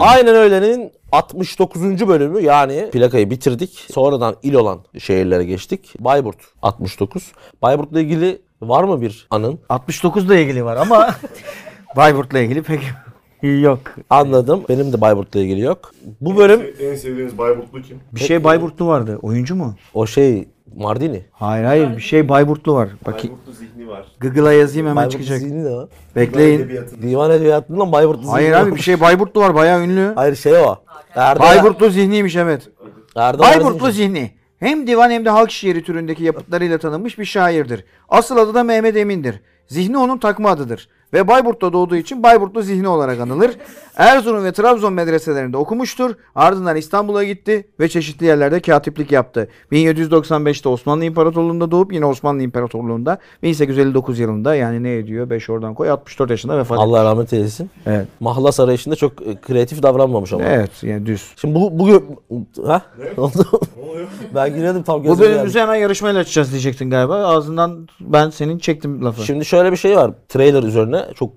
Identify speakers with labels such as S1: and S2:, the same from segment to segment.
S1: Aynen öğlenin 69. bölümü yani plakayı bitirdik. Sonradan il olan şehirlere geçtik. Bayburt 69. Bayburt'la ilgili var mı bir anın?
S2: 69'la ilgili var ama Bayburt'la ilgili pek yok.
S1: Anladım. Benim de Bayburt'la ilgili yok. Bu bölüm
S3: En sevdiğiniz Bayburtlu kim?
S2: Bir şey Bayburtlu vardı. Oyuncu mu?
S1: o şey Mardini.
S2: Hayır hayır bir şey Bayburtlu var. Bak
S3: Bayburtlu zihni var.
S2: Google'a yazayım hemen çıkacak.
S1: zihni ne lan?
S2: Bekleyin.
S3: Edebiyatın
S1: Divan edebiyatından Bayburtlu zihni
S2: Hayır abi bir şey Bayburtlu var bayağı ünlü.
S1: Hayır şey o. Erdal,
S2: Bayburtlu zihniymiş evet.
S1: Erdal
S2: Bayburtlu
S1: Erzincan.
S2: zihni. Hem divan hem de halk şiiri türündeki yapıtlarıyla tanınmış bir şairdir. Asıl adı da Mehmet Emin'dir. Zihni onun takma adıdır. Ve Bayburt'ta doğduğu için Bayburtlu zihni olarak anılır. Erzurum ve Trabzon medreselerinde okumuştur. Ardından İstanbul'a gitti ve çeşitli yerlerde katiplik yaptı. 1795'te Osmanlı İmparatorluğu'nda doğup yine Osmanlı İmparatorluğu'nda 1859 yılında yani ne ediyor 5 oradan koy 64 yaşında vefat etti.
S1: Allah rahmet eylesin.
S2: Evet.
S1: Mahlas arayışında çok e, kreatif davranmamış ama.
S2: Evet yani düz.
S1: Şimdi bu bu gö- ha? Ne oldu? ben girelim tam
S2: Bu
S1: gözüme geldi.
S2: bölümümüzü hemen yarışmayla açacağız diyecektin galiba. Ağzından ben senin çektim lafı.
S1: Şimdi şöyle bir şey var. Trailer üzerine çok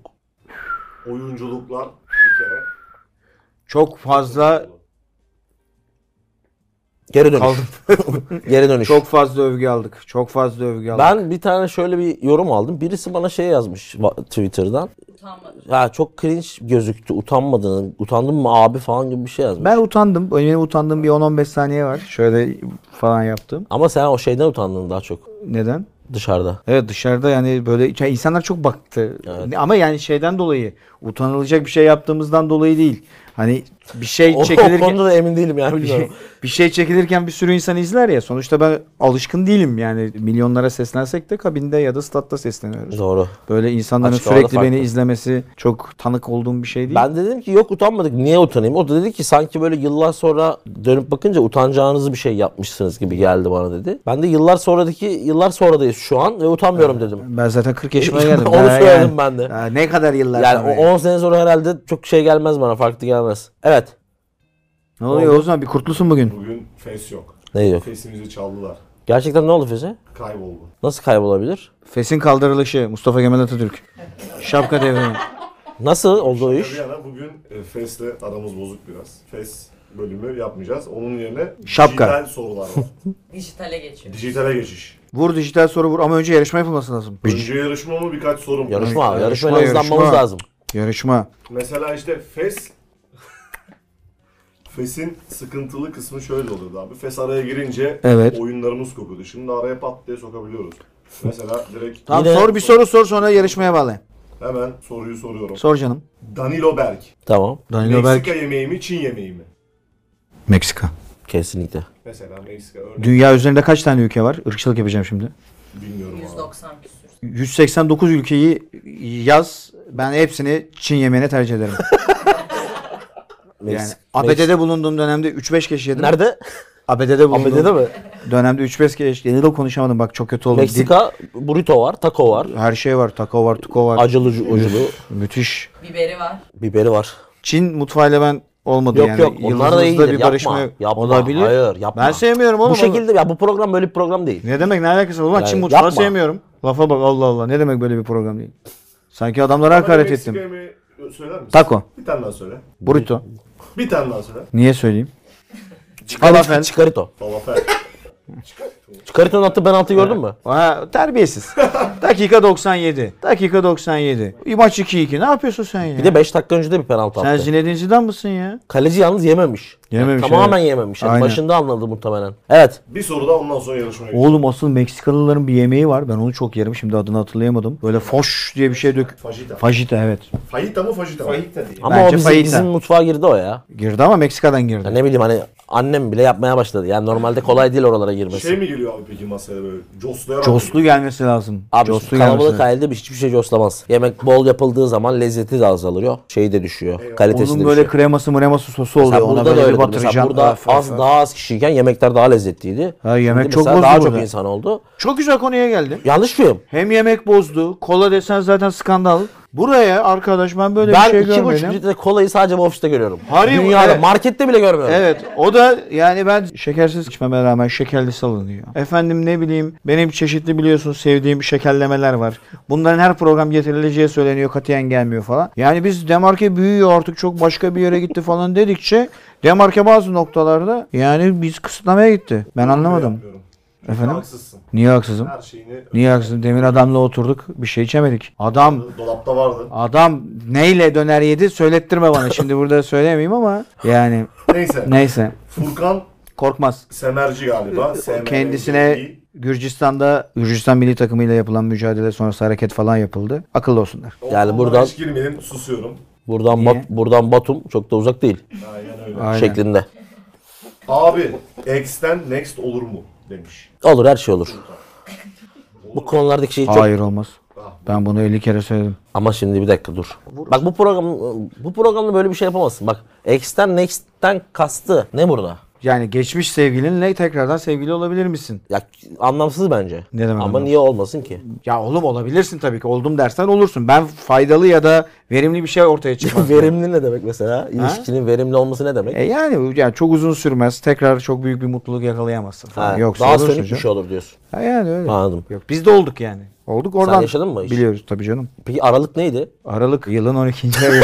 S3: oyunculuklar bir kere.
S2: Çok fazla
S1: geri dönüş.
S2: Kaldım.
S1: geri dönüş.
S2: çok fazla övgü aldık. Çok fazla övgü aldık.
S1: Ben bir tane şöyle bir yorum aldım. Birisi bana şey yazmış va- Twitter'dan. Utanmadım. Ha çok cringe gözüktü. Utanmadın. Utandın mı abi falan gibi bir şey yazmış.
S2: Ben utandım. Benim utandığım bir 10-15 saniye var. Şöyle falan yaptım.
S1: Ama sen o şeyden utandın daha çok
S2: Neden?
S1: dışarıda.
S2: Evet dışarıda yani böyle yani insanlar çok baktı. Ama yani şeyden dolayı utanılacak bir şey yaptığımızdan dolayı değil. Hani bir şey
S1: O, o
S2: çekilirken
S1: konuda da emin değilim yani.
S2: bir,
S1: bilmiyorum.
S2: şey, bir şey çekilirken bir sürü insan izler ya. Sonuçta ben alışkın değilim yani milyonlara seslensek de kabinde ya da statta sesleniyoruz.
S1: Doğru.
S2: Böyle insanların
S1: Açık havada
S2: sürekli beni
S1: farklı.
S2: izlemesi çok tanık olduğum bir şey değil.
S1: Ben de dedim ki yok utanmadık. Niye utanayım? O da dedi ki sanki böyle yıllar sonra dönüp bakınca utanacağınız bir şey yapmışsınız gibi geldi bana dedi. Ben de yıllar sonradaki yıllar sonradayız şu an ve utanmıyorum dedim.
S2: Ben zaten 40 yaşıma geldim.
S1: Onu
S2: Daha
S1: söyledim ben de.
S2: Daha ne kadar yıllar sonra
S1: Yani o
S2: ya.
S1: 10 sene sonra herhalde çok şey gelmez bana farklı gelmez. Evet.
S2: Ne oluyor o zaman bir kurtlusun bugün.
S3: Bugün fes yok.
S1: Ne yok?
S3: Fesimizi çaldılar.
S1: Gerçekten ne oldu Feze?
S3: Kayboldu.
S1: Nasıl kaybolabilir?
S2: Fes'in kaldırılışı Mustafa Kemal Atatürk. Şapka devrimi.
S1: Nasıl oldu o iş?
S3: Bir yana bugün e, fesle aramız bozuk biraz. Fes bölümü yapmayacağız. Onun yerine
S2: Şapka.
S3: dijital sorular var.
S4: Dijitale geçiyor.
S3: Dijitale geçiş.
S2: Vur dijital soru vur ama önce yarışma yapılması lazım.
S3: Önce yarışma mı birkaç sorum. var.
S1: Yarışma abi.
S2: Yarışma,
S1: Yarışmayla
S2: yarışma.
S1: hızlanmamız lazım.
S2: Yarışma.
S3: Mesela işte fes Fes'in sıkıntılı kısmı şöyle oluyordu abi. Fes araya girince
S2: Evet.
S3: oyunlarımız kokuyordu. Şimdi araya pat diye sokabiliyoruz. Mesela direkt
S2: Tamam
S1: Yine-
S2: sor bir soru sor sonra yarışmaya bağlayın.
S3: hemen soruyu soruyorum.
S2: Sor canım.
S3: Danilo Berk.
S1: Tamam.
S2: Danilo
S3: Meksika
S2: Berk.
S3: yemeği mi, Çin yemeği mi?
S2: Meksika.
S1: Kesinlikle.
S3: Mesela Meksika örnek
S2: Dünya üzerinde kaç tane ülke var? Irkçılık yapacağım şimdi.
S3: bilmiyorum abi.
S4: 190 küsür.
S2: 189 ülkeyi yaz. Ben hepsini Çin yemeğine tercih ederim. yani
S1: Meksik- Meksik-
S2: ABD'de bulunduğum dönemde 3-5 kişi yedim.
S1: Nerede?
S2: ABD'de bulundum.
S1: ABD'de mi?
S2: Dönemde 3-5 kez yeni de konuşamadım bak çok kötü oldu.
S1: Meksika burrito var, taco var,
S2: Dil- her şey var. Taco var, tuko var.
S1: acılı ucu- uculu,
S2: Müthiş.
S4: Biberi var.
S1: biberi var.
S2: Çin mutfağıyla ben olmadı
S1: Yok
S2: yani.
S1: yok onlar da
S2: Yıldızımızda
S1: iyidir.
S2: bir
S1: yapma.
S2: barışma yok.
S1: yapma.
S2: Olabilir.
S1: Hayır yapma.
S2: Ben sevmiyorum oğlum.
S1: Bu
S2: onu.
S1: şekilde ya bu program böyle bir program değil.
S2: Ne demek ne alakası var? Ulan
S1: Yani
S2: Çin mutfağı
S1: yapma.
S2: sevmiyorum. Lafa bak Allah Allah. Ne demek böyle bir program değil. Sanki adamlara
S3: Bana
S2: hakaret
S3: Meksika
S2: ettim.
S3: yemeği söyler misin?
S2: Taco.
S3: Bir tane daha söyle.
S2: Burrito.
S3: Bir tane daha söyle.
S2: Niye söyleyeyim?
S1: Falafel.
S2: Falafel.
S1: Çıkarito.
S3: Falafel.
S1: Çıkarito'nun attığı penaltı gördün mü?
S2: Ha, terbiyesiz. Dakika 97. Dakika 97. Maç 2-2. Ne yapıyorsun sen ya?
S1: Bir de 5 dakika önce de bir penaltı
S2: sen
S1: attı.
S2: Zinedine Zidane mısın ya?
S1: Kaleci yalnız yememiş.
S2: Yememiş,
S1: Yani tamamen
S2: evet.
S1: yememiş. Yani
S2: Aynen.
S1: başında anladı muhtemelen. Evet.
S3: bir soru da ondan sonra yarışmaya gidiyor.
S2: Oğlum asıl Meksikalıların bir yemeği var. Ben onu çok yerim. Şimdi adını hatırlayamadım. Böyle foş diye bir şey dök.
S3: Fajita.
S2: Fajita evet.
S3: Fajita mı fajita mı? Fajita diye.
S1: Ama
S2: Bence
S1: o bizim,
S2: fayita.
S1: bizim mutfağa girdi o ya.
S2: Girdi ama Meksika'dan girdi.
S1: Ya ne bileyim hani annem bile yapmaya başladı. Yani normalde kolay değil oralara girmesi.
S3: Şey mi geliyor abi peki masaya böyle? Coslayarak
S2: Coslu gelmesi lazım.
S1: Abi
S2: Coslu
S1: şimdi
S2: gelmesi
S1: kalabalık
S2: lazım.
S1: ailede bir- hiçbir şey coslamaz. Yemek bol yapıldığı zaman lezzeti de azalıyor. Şeyi de düşüyor. Kalitesi
S2: Onun
S1: de
S2: böyle
S1: düşüyor.
S2: kreması mreması sosu
S1: Mesela
S2: oluyor. Ona
S1: burada da
S2: böyle
S1: öyle.
S2: bir
S1: Mesela
S2: batıracaksın.
S1: burada
S2: Öf, öf,
S1: az
S2: öf.
S1: daha az kişiyken yemekler daha lezzetliydi.
S2: Ha, yemek
S1: Şimdi
S2: çok
S1: mesela
S2: bozdu
S1: Daha çok
S2: burada.
S1: insan oldu.
S2: Çok güzel konuya geldin.
S1: Yanlış mıyım?
S2: Hem yemek bozdu. Kola desen zaten skandal. Buraya arkadaş ben böyle
S1: ben
S2: bir şey
S1: iki buçuk
S2: görmedim.
S1: litre kolayı sadece ofiste görüyorum.
S2: Harbi mi?
S1: Dünyada
S2: Evet.
S1: markette bile görmüyorum.
S2: Evet o da yani ben şekersiz içmeme rağmen şekerli salınıyor. Efendim ne bileyim benim çeşitli biliyorsunuz sevdiğim şekerlemeler var. Bunların her program getirileceği söyleniyor katiyen gelmiyor falan. Yani biz demarke büyüyor artık çok başka bir yere gitti falan dedikçe demarke bazı noktalarda yani biz kısıtlamaya gitti. Ben anlamadım.
S3: Yapmıyorum. Çünkü
S2: Efendim?
S3: Şey Haksızsın.
S2: Niye haksızım?
S3: Her şeyini
S2: Niye haksızım? Demir adamla oturduk bir şey içemedik. Adam
S3: dolapta vardı.
S2: Adam neyle döner yedi söylettirme bana. Şimdi burada söyleyemeyeyim ama yani
S3: Neyse.
S2: neyse.
S3: Furkan
S2: Korkmaz.
S3: Semerci galiba. SMRC.
S2: Kendisine Gürcistan'da Gürcistan milli takımıyla yapılan mücadele sonrası hareket falan yapıldı. Akıllı olsunlar.
S3: O-
S1: Yani
S3: ona
S1: buradan-
S3: hiç girmeyelim susuyorum.
S1: Buradan
S2: Niye?
S1: Bat- buradan Batum çok da uzak değil
S3: Aynen öyle.
S2: Aynen.
S1: şeklinde.
S3: Abi X'ten next olur mu demiş.
S1: Olur her şey olur. Bu konulardaki şey çok
S2: Hayır olmaz. Ben bunu 50 kere söyledim.
S1: Ama şimdi bir dakika dur. Bak bu program bu programda böyle bir şey yapamazsın. Bak X'ten Next'ten kastı ne burada?
S2: Yani geçmiş sevgilinle tekrardan sevgili olabilir misin?
S1: Ya anlamsız bence.
S2: Ne demek
S1: Ama
S2: anlamsız?
S1: niye olmasın ki?
S2: Ya oğlum olabilirsin tabii ki. Oldum dersen olursun. Ben faydalı ya da verimli bir şey ortaya çıkmaz.
S1: verimli ne demek mesela? İlişkinin verimli olması ne demek?
S2: E yani, yani çok uzun sürmez. Tekrar çok büyük bir mutluluk yakalayamazsın. Falan.
S1: Ha,
S2: Yoksa
S1: daha
S2: olursun
S1: sönük bir
S2: canım.
S1: şey olur diyorsun.
S2: Ha yani öyle.
S1: Anladım.
S2: Yok biz de olduk yani. Olduk oradan.
S1: yaşadın mı hiç?
S2: Biliyoruz tabii canım.
S1: Peki aralık neydi?
S2: Aralık yılın 12. ayı.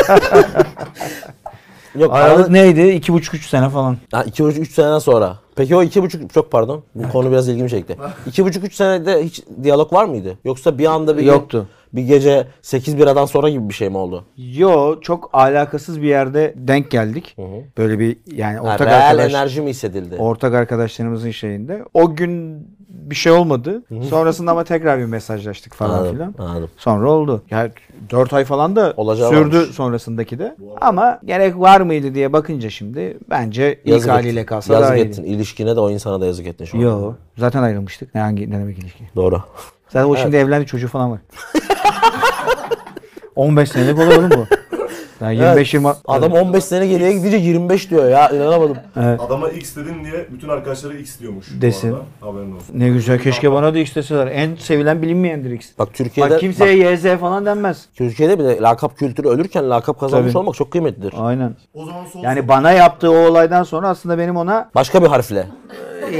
S1: Yok
S2: Aralık
S1: aralık,
S2: neydi? 2,5-3 sene falan.
S1: ha, iki buçuk üç seneden sonra. Peki o iki buçuk çok pardon bu konu biraz ilgimi çekti. İki buçuk üç senede hiç diyalog var mıydı? Yoksa bir anda bir
S2: Yoktu.
S1: Bir gece 8 biradan sonra gibi bir şey mi oldu?
S2: Yo çok alakasız bir yerde denk geldik. Böyle bir yani
S1: Ha,
S2: ortak
S1: real
S2: arkadaş.
S1: enerji mi hissedildi?
S2: Ortak arkadaşlarımızın şeyinde. O gün bir şey olmadı. Sonrasında ama tekrar bir mesajlaştık falan
S1: Anladım,
S2: filan.
S1: anladım.
S2: Sonra oldu. Yani 4 ay falan da
S1: Olacağı
S2: sürdü
S1: varmış.
S2: sonrasındaki de. Ama gerek var mıydı diye bakınca şimdi bence ilk haliyle kalsa
S1: yazık
S2: daha iyi.
S1: ettin. İlişkine de o insana da yazık ettin şu an.
S2: Yo. Zaten ayrılmıştık. Ne hangi ne demek ilişki?
S1: Doğru.
S2: Zaten o şimdi evlendi çocuğu falan var. 15 senelik olur oğlum bu. Yani 25 20
S1: Adam 15 sene geriye gidince 25 diyor ya inanamadım.
S3: Adama X dedin diye bütün arkadaşları X diyormuş. bu
S2: Desin.
S3: arada. Haberin olsun.
S2: ne güzel keşke bana da isteseler. En sevilen bilinmeyendir X.
S1: Bak Türkiye'de
S2: Bak
S1: bak,
S2: kimseye YZ falan denmez.
S1: Türkiye'de bile lakap kültürü ölürken lakap kazanmış
S2: Tabii.
S1: olmak çok kıymetlidir.
S2: Aynen.
S3: O zaman son
S2: Yani bana yaptığı o olaydan sonra aslında benim ona
S1: Başka bir harfle.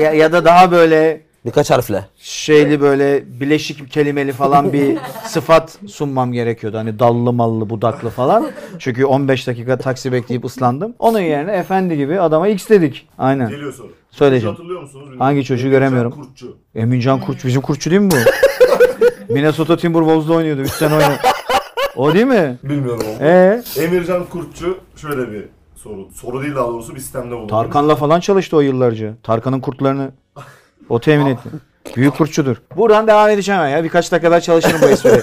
S2: ya, ya da daha böyle
S1: Birkaç harfle.
S2: şeyli böyle bileşik kelimeli falan bir sıfat sunmam gerekiyordu. Hani dallı mallı budaklı falan. Çünkü 15 dakika taksi bekleyip ıslandım. Onun yerine efendi gibi adama x dedik. Aynen.
S3: geliyor soru.
S2: Söyleyeceğim.
S3: Çocuğu Hatırlıyor musunuz? bilmiyorum.
S2: Hangi çocuğu
S3: Emircan
S2: göremiyorum.
S3: Kurtçu.
S2: Emincan Kurtçu bizim Kurtçu değil mi bu? Minnesota Timberwolves'da oynuyordu. 3 sene oynadı. O değil mi?
S3: Bilmiyorum onu.
S2: Ee,
S3: Emircan Kurtçu şöyle bir soru. Soru değil daha doğrusu bir sistemde bulundu.
S2: Tarkan'la falan çalıştı o yıllarca. Tarkan'ın kurtlarını o temin etti. Büyük kurtçudur. Buradan devam edeceğim ben ya. Birkaç dakika daha çalışırım bu espriye.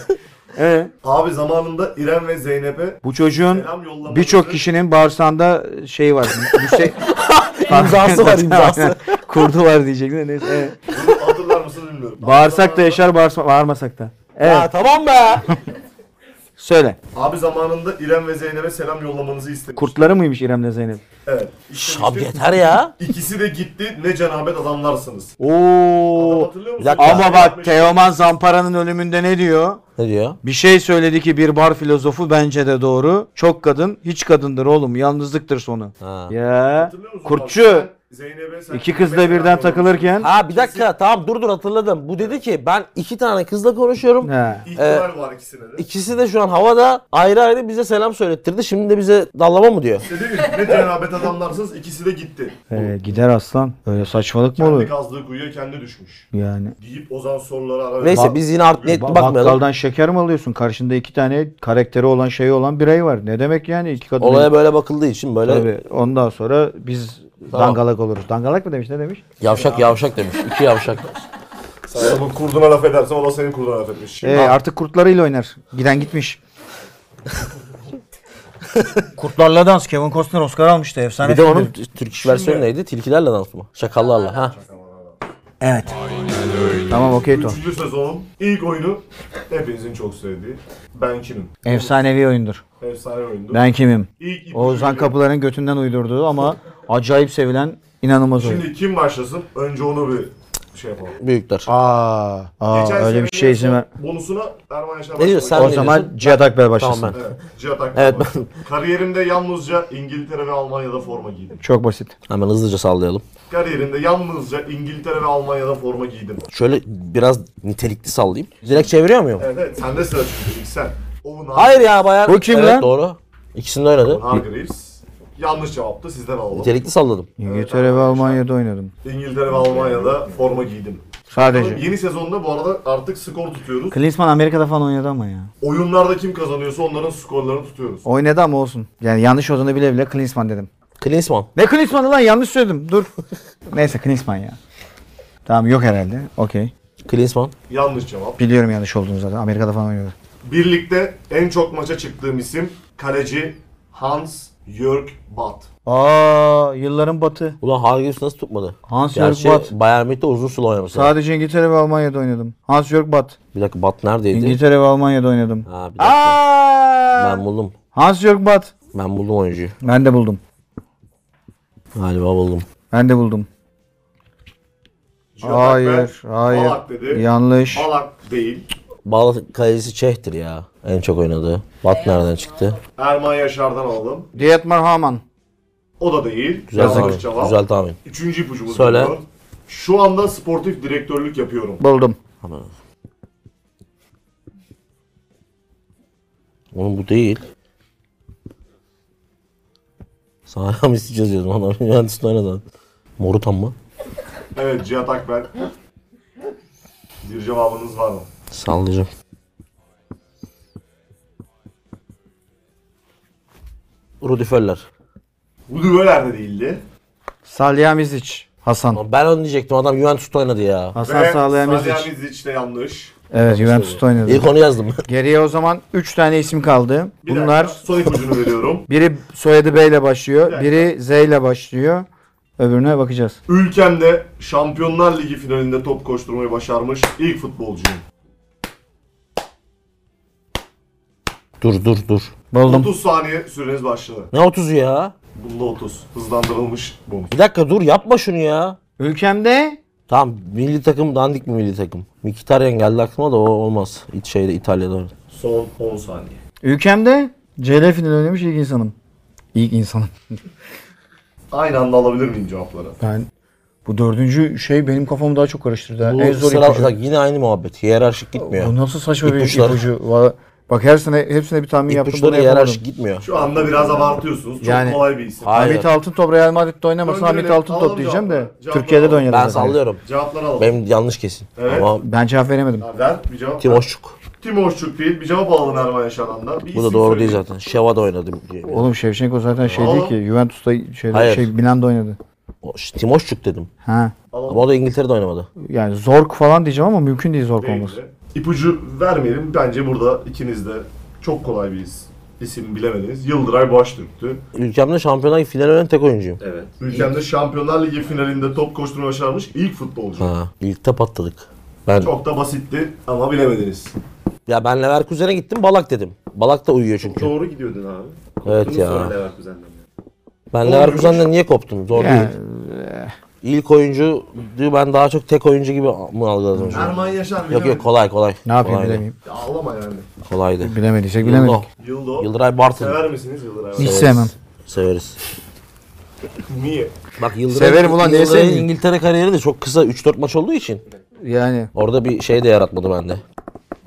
S2: Ee,
S3: Abi zamanında İrem ve Zeynep'e
S2: bu çocuğun
S3: selam yollamaları
S2: birçok kişinin bağırsağında şeyi var. Yüksek...
S1: İmzası var, imzası.
S2: Kurdu var diyecektim de neyse. Evet.
S3: Bunu hatırlar mısınız bilmiyorum.
S2: Bağırsak da yaşar, bağırsa- bağırmasak da. Evet.
S1: Ya tamam be.
S2: Söyle.
S3: Abi zamanında İrem ve Zeynep'e selam yollamanızı istemiş.
S2: Kurtları mıymış İrem'le Zeynep?
S3: Evet. İstemiştim.
S1: Abi yeter ya.
S3: İkisi de gitti. Ne cenabet adamlarsınız.
S2: Oo.
S3: Hatırlıyor
S1: bir
S3: musun?
S1: dakika.
S2: Ama bak Teoman Zampara'nın ölümünde ne diyor?
S1: Ne diyor?
S2: Bir şey söyledi ki bir bar filozofu bence de doğru. Çok kadın hiç kadındır oğlum. Yalnızlıktır sonu.
S1: Ha.
S2: Ya
S3: Hatırlıyor musun?
S2: kurtçu
S3: Sen Zeynep'e sen
S2: iki kızla birden
S3: selam
S2: takılırken
S1: Ha bir dakika tamam dur dur hatırladım. Bu dedi ki ben iki tane kızla konuşuyorum.
S2: He.
S1: Ee,
S3: İhtimal var ikisine de.
S1: İkisi de şu an havada ayrı ayrı bize selam söylettirdi. Şimdi de bize dallama mı diyor?
S3: Dedi ki ne cenabet adamlarsınız ikisi de gitti.
S2: Ee, gider aslan. Öyle saçmalık mı
S3: Kendi
S2: olur?
S3: kazdığı kuyuya kendi düşmüş.
S2: Yani
S3: Deyip Ozan sorulara ara
S1: Neyse
S2: Bak-
S1: biz yine art niyetli
S2: Ba-
S1: bakmayalım.
S2: bakkaldan şeker mi alıyorsun? Karşında iki tane karakteri olan şeyi olan birey var. Ne demek yani iki kadın?
S1: Olaya böyle bakıldığı için böyle
S2: Tabii. Ondan sonra biz
S1: Tamam.
S2: dangalak oluruz. Dangalak mı demiş? Ne demiş?
S1: yavşak yavşak demiş. İki yavşak.
S3: Sen bu kurduna laf edersen o da senin kurduna laf etmiş. Şimdi
S2: Ee, artık kurtlarıyla oynar. Giden gitmiş. Kurtlarla dans. Kevin Costner Oscar almıştı. Efsane
S1: Bir de onun Türk iş versiyonu neydi? Tilkilerle dans mı? Şakallarla. Ha.
S2: Evet. Tamam okey to.
S3: Üçüncü sezonun ilk oyunu hepinizin çok sevdiği Ben Kimim.
S2: Efsanevi oyundur.
S3: Efsane oyundu.
S2: Ben kimim?
S3: İlk ipucu
S2: Oğuzhan
S3: geliyor.
S2: Kapılar'ın götünden uydurduğu ama acayip sevilen inanılmaz oyun.
S3: Şimdi kim başlasın? Önce onu bir şey yapalım.
S1: Büyükler.
S2: Aa, aa, öyle bir şey izin ver.
S3: Bonusuna Erman Yaşar
S1: Ne diyor, sen
S2: O
S1: ne
S2: zaman
S1: diyorsun?
S2: Cihat Akbel başlasın.
S1: Tamam
S3: Evet, Cihat Akman
S1: Evet,
S3: var. Kariyerimde yalnızca İngiltere ve Almanya'da forma giydim.
S2: Çok basit.
S1: Hemen hızlıca sallayalım.
S3: Kariyerimde yalnızca İngiltere ve Almanya'da forma giydim.
S1: Şöyle biraz nitelikli sallayayım. Direkt çeviriyor muyum?
S3: Evet, evet. Sende sıra çünkü ilk sen. Owen Har-
S1: Hayır ya bayağı.
S2: Bu kim
S1: evet,
S2: lan?
S1: Doğru. İkisini de oynadı.
S3: Hargreaves. Yanlış cevaptı. Sizden alalım.
S1: Nitelikli salladım.
S2: İngiltere ve Almanya'da oynadım.
S3: İngiltere ve Almanya'da forma giydim.
S2: Sadece.
S3: Yeni sezonda bu arada artık skor tutuyoruz.
S2: Klinsmann Amerika'da falan oynadı ama ya.
S3: Oyunlarda kim kazanıyorsa onların skorlarını tutuyoruz.
S2: Oynadı ama olsun. Yani yanlış olduğunu bile bile Klinsmann dedim.
S1: Klinsmann.
S2: Ne Klinsmann'ı lan yanlış söyledim. Dur. Neyse Klinsmann ya. Tamam yok herhalde. Okey.
S1: Klinsmann.
S3: Yanlış cevap.
S2: Biliyorum yanlış olduğunu zaten. Amerika'da falan oynadı.
S3: Birlikte en çok maça çıktığım isim kaleci Hans Jörg Bat.
S2: Aa yılların batı.
S1: Ulan Hargreaves nasıl tutmadı?
S2: Hans-Jörg
S1: Gerçi
S2: Butt.
S1: Bayern Münih'te uzun süre oynamış.
S2: Sadece İngiltere ve Almanya'da oynadım. Hans-Jörg Bat.
S1: Bir dakika Bat neredeydi?
S2: İngiltere ve Almanya'da oynadım.
S1: Ha, bir dakika.
S2: Aa!
S1: Ben buldum.
S2: Hans-Jörg Bat.
S1: Ben buldum oyuncuyu.
S2: Ben de buldum.
S1: Galiba buldum.
S2: Ben de buldum.
S3: Cihat
S2: Hayır,
S3: Akber,
S2: hayır.
S3: Balak dedi.
S2: Yanlış.
S3: Balak değil.
S1: Bağlı kalecisi Çeh'tir ya. En çok oynadığı. Bat nereden çıktı?
S3: Erman Yaşar'dan alalım.
S2: Dietmar Hamann.
S3: O da değil.
S1: Güzel
S3: Yanlış
S1: tahmin.
S3: cevap.
S1: Güzel tahmin.
S3: Üçüncü ipucumuz.
S1: Söyle.
S3: geliyor. Şu anda sportif direktörlük yapıyorum.
S2: Buldum.
S1: Onun bu değil. Sahra Misi şey yazıyordum. Adam Juventus'ta oynadı. Morutan mı?
S3: Evet Cihat Akber. Bir cevabınız var mı?
S1: Sallayacağım. Rudi Föller.
S3: Bu düveler de değildi.
S2: Salihamizic. Hasan.
S1: Ben onu diyecektim. Adam Juventus'ta oynadı ya.
S2: Hasan
S3: Ve
S2: Salihamizic.
S3: Salihamidzic de yanlış.
S2: Evet Juventus'ta oynadı.
S1: İlk onu yazdım.
S2: Geriye o zaman 3 tane isim kaldı.
S3: Bir
S2: Bunlar
S3: dakika, son ipucunu veriyorum.
S2: biri soyadı B ile
S3: Bir
S2: başlıyor.
S3: dakika.
S2: Biri Z ile başlıyor. Öbürüne bakacağız.
S3: Ülkemde Şampiyonlar Ligi finalinde top koşturmayı başarmış ilk futbolcuyum.
S1: dur dur dur.
S2: Buldum.
S3: 30 saniye süreniz başladı.
S1: Ne 30'u ya?
S3: Bunda 30. Hızlandırılmış bonus.
S1: Bir dakika dur yapma şunu ya.
S2: Ülkemde
S1: Tamam milli takım dandik mi milli takım? Mkhitaryan geldi aklıma da o olmaz. İç şeyde İtalya'da oynadı.
S3: Son 10 saniye.
S2: Ülkemde CL finali oynamış ilk insanım. İlk insanım.
S3: Aynı anda alabilir miyim cevapları?
S2: Ben bu dördüncü şey benim kafamı daha çok karıştırdı.
S1: Bu
S2: en zor
S1: sıra-
S2: ipucu.
S1: bak yine aynı muhabbet. Hiyerarşik gitmiyor.
S2: Bu nasıl saçma bir
S1: İpuçları.
S2: ipucu. Valla- Bak her sene hepsine bir tahmin yaptım.
S1: İpuçları
S2: Bunu yapamadım.
S1: hiyerarşik gitmiyor.
S3: Şu anda biraz abartıyorsunuz. Çok
S2: Yani-
S3: kolay bir isim.
S1: Hayır.
S2: Hamit Altıntop Real Madrid'de oynamasın
S3: Önce
S2: Hamit
S3: bir alalım
S2: Altıntop diyeceğim de
S3: cevapları.
S2: Türkiye'de de
S3: Cevapları
S2: oynadı.
S1: Ben
S2: zaten.
S1: sallıyorum.
S3: Cevapları alalım.
S1: Benim yanlış kesin.
S3: Evet.
S1: Ama
S2: Ben cevap veremedim.
S3: Ha, Ver bir cevap. ver.
S1: Timoşçuk.
S3: Timoşçuk değil. Bir cevap alalım Erman Yaşar'dan Bir
S1: Bu da
S3: isim
S1: doğru değil
S3: söyleyin.
S1: zaten. Şeva'da oynadım.
S2: Oğlum Şevçenko zaten şey
S3: Oğlum.
S2: değil ki Juventus'ta şeyde,
S1: Hayır.
S2: şey Milan'da oynadı.
S1: Timoşçuk dedim.
S2: Ha.
S1: Ama o da İngiltere'de oynamadı.
S2: Yani Zork falan diyeceğim ama mümkün değil Zork
S3: Değildi.
S2: olması.
S3: İpucu vermeyelim. Bence burada ikiniz de çok kolay bir is- isim bilemediniz. Yıldıray Baştürk'tü.
S1: Ülkemde şampiyonlar Ligi finali oynayan tek oyuncuyum.
S4: Evet.
S3: Ülkemde Şampiyonlar Ligi finalinde top koşturma başarmış ilk futbolcu.
S1: Ha, ilkte patladık. Ben
S3: Çok da basitti ama bilemediniz.
S1: ya ben Leverkusen'e gittim Balak dedim. Balak da uyuyor çünkü.
S4: Doğru gidiyordun abi.
S1: Evet
S4: Bunu sonra
S1: ya.
S4: Leverkusen'den.
S1: Ben Leverkusen'den niye koptum? Zor değil.
S2: Yani,
S1: İlk oyuncu diyor ben daha çok tek oyuncu gibi mı algıladım? şu an?
S3: Erman Yaşar bilemedi.
S1: Yok yok kolay kolay.
S2: ne yapayım
S1: Kolaydı.
S2: bilemeyeyim.
S3: Ya Ağlama yani.
S1: Kolaydı.
S2: Bilemediysek
S1: Yıldo.
S2: bilemedik.
S3: Yıldo.
S1: Yıldıray Bartın.
S3: Sever misiniz Yıldıray?
S2: Hiç
S3: Baştürk?
S2: sevmem.
S1: Severiz.
S3: Niye?
S1: Bak Yıldıray,
S2: Severim ulan, niye
S1: Yıldıray'ın
S2: sevmeyeyim?
S1: İngiltere kariyeri de çok kısa 3-4 maç olduğu için
S2: Yani
S1: orada bir şey de yaratmadı bende.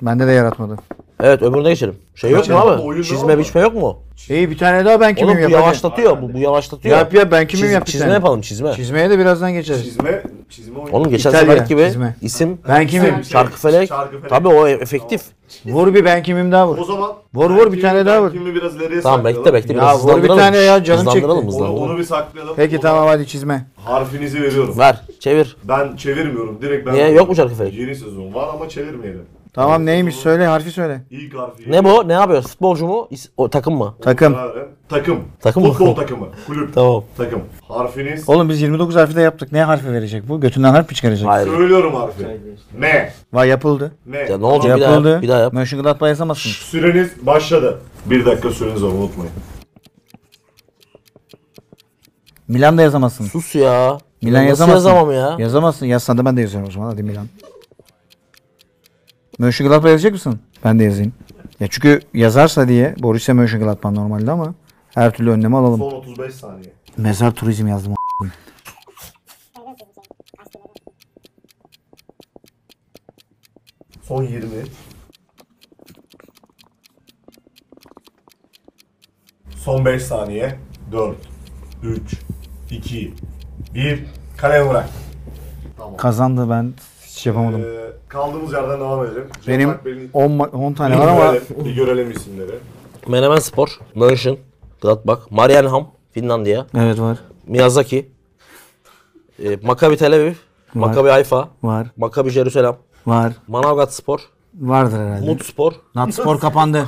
S2: bende de yaratmadı.
S1: Evet öbürüne geçelim. Şey yok mu
S3: Geçelim. Oyun
S1: abi?
S3: ne
S1: Çizme
S3: oldu?
S1: biçme yok mu?
S2: İyi bir tane daha ben kimim
S1: Oğlum bu
S2: yapacağım?
S1: yavaşlatıyor. Bu, bu yavaşlatıyor.
S2: Yap ya ben kimim
S1: Çiz-
S2: yap bir
S1: Çizme
S2: tane.
S1: yapalım çizme.
S2: Çizmeye de birazdan geçeriz.
S3: Çizme, çizme oyunu.
S1: Oğlum geçen
S2: İtalya,
S1: sefer gibi
S2: çizme.
S1: isim
S2: Ben kimim?
S1: Çarkıfelek.
S3: Çarkıfelek.
S1: Tabii o efektif.
S2: Vur bir ben kimim daha vur.
S3: O zaman
S2: Vur, vur,
S3: ben
S2: bir
S3: kimi-
S2: tane daha
S3: ben
S2: vur.
S3: kimi biraz ileriye
S1: Tamam
S3: saklayalım.
S1: bekle bekle
S2: Ya
S1: biraz
S2: vur bir
S1: hızlandıralım.
S2: tane ya, canım
S1: hızlandıralım,
S2: çekti.
S3: Onu,
S1: Hızlandıralım
S3: onu bir saklayalım.
S2: Peki
S3: O
S2: tamam hadi çizme.
S3: zaman Harfinizi veriyorum.
S1: Ver çevir.
S3: Ben çevirmiyorum. Direkt ben...
S1: Niye yok mu Çarkıfelek?
S3: Yeni sezon var ama çevirmeyelim.
S2: Tamam neymiş söyle harfi söyle.
S3: İlk harfi.
S1: Ne bu? Ne yapıyoruz? Futbolcu mu? İs- O, takım mı?
S2: Takım.
S3: Takım.
S1: Takım mı?
S3: Futbol takımı. Kulüp.
S1: Tamam.
S3: Takım. Harfiniz.
S2: Oğlum biz 29 harfi de yaptık. Ne harfi verecek bu? Götünden harf mi çıkaracak?
S1: Hayır.
S3: Söylüyorum harfi. Ne?
S2: Vay yapıldı.
S3: Ne?
S1: Ya ne olacak bir daha
S2: Yapıldı.
S1: yap. Bir daha yap.
S2: Mönchengladbach yazamazsın.
S3: Süreniz başladı. Bir dakika süreniz var unutmayın.
S2: Milan'da yazamazsın.
S1: Sus ya.
S2: Milan
S1: Nasıl
S2: yazamazsın.
S1: yazamam ya?
S2: Yazamazsın. Yazsan da ben de yazıyorum o zaman. Hadi Milan. Mönchengladbach yazacak mısın? Ben de yazayım. Ya çünkü yazarsa diye Borussia Mönchengladbach normalde ama her türlü önlemi alalım.
S3: Son 35 saniye.
S2: Mezar turizm yazdım. a**.
S3: Son 20. Son 5 saniye. 4, 3, 2, 1. Kaleye bırak. Tamam.
S2: Kazandı ben hiç yapamadım.
S3: Ee, kaldığımız yerden devam edelim.
S2: Benim
S3: Jean-Marc Bellin'i
S2: 10 tane
S3: bir
S2: var ama
S3: görelim, bir görelim isimleri.
S1: Menemen Spor, Mönchen, Gladbach, Marienham, Finlandiya,
S2: Evet var.
S1: Miyazaki, e, Maccabi Tel Aviv, Maccabi Haifa,
S2: Var.
S1: Maccabi Jerusalem,
S2: Var.
S1: Manavgat Spor,
S2: Vardır herhalde.
S1: Mut Spor,
S2: Natspor kapandı.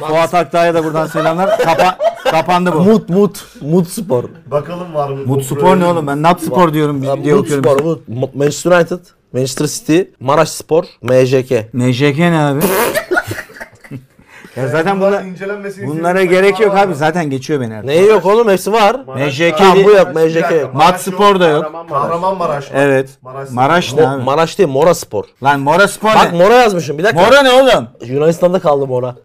S2: Fuat Aktağ'a da buradan selamlar. Kapa kapandı bu. Mut Mut.
S1: Mut Spor,
S3: Bakalım var mı?
S2: Mut Spor ne oğlum? Ben Natspor diyorum.
S1: Ya,
S2: diye
S1: Mut
S2: okuyorum.
S1: Spor, Mut- Ma- Manchester United, Manchester City, Maraş Spor, MJK.
S2: MJK ne abi? ya zaten buna,
S3: Bunlar incelenmesini
S2: bunlara
S1: şey
S3: istedim.
S2: gerek yok abi. Zaten geçiyor beni artık.
S1: Neyi yok oğlum hepsi var.
S2: MJK
S1: Ha, bu yok
S3: Bir dakika,
S1: MJK.
S2: Mat Spor şey da yok.
S3: Kahramanmaraş. Kahramanmaraş. var.
S2: Evet.
S3: Maraş-
S2: Maraş ne
S1: Mo-
S2: abi?
S1: Maraş değil Mora Spor.
S2: Lan Mora Spor
S1: Bak
S2: ne?
S1: Mora yazmışım bir dakika.
S2: Mora ne oğlum?
S1: Yunanistan'da kaldı Mora.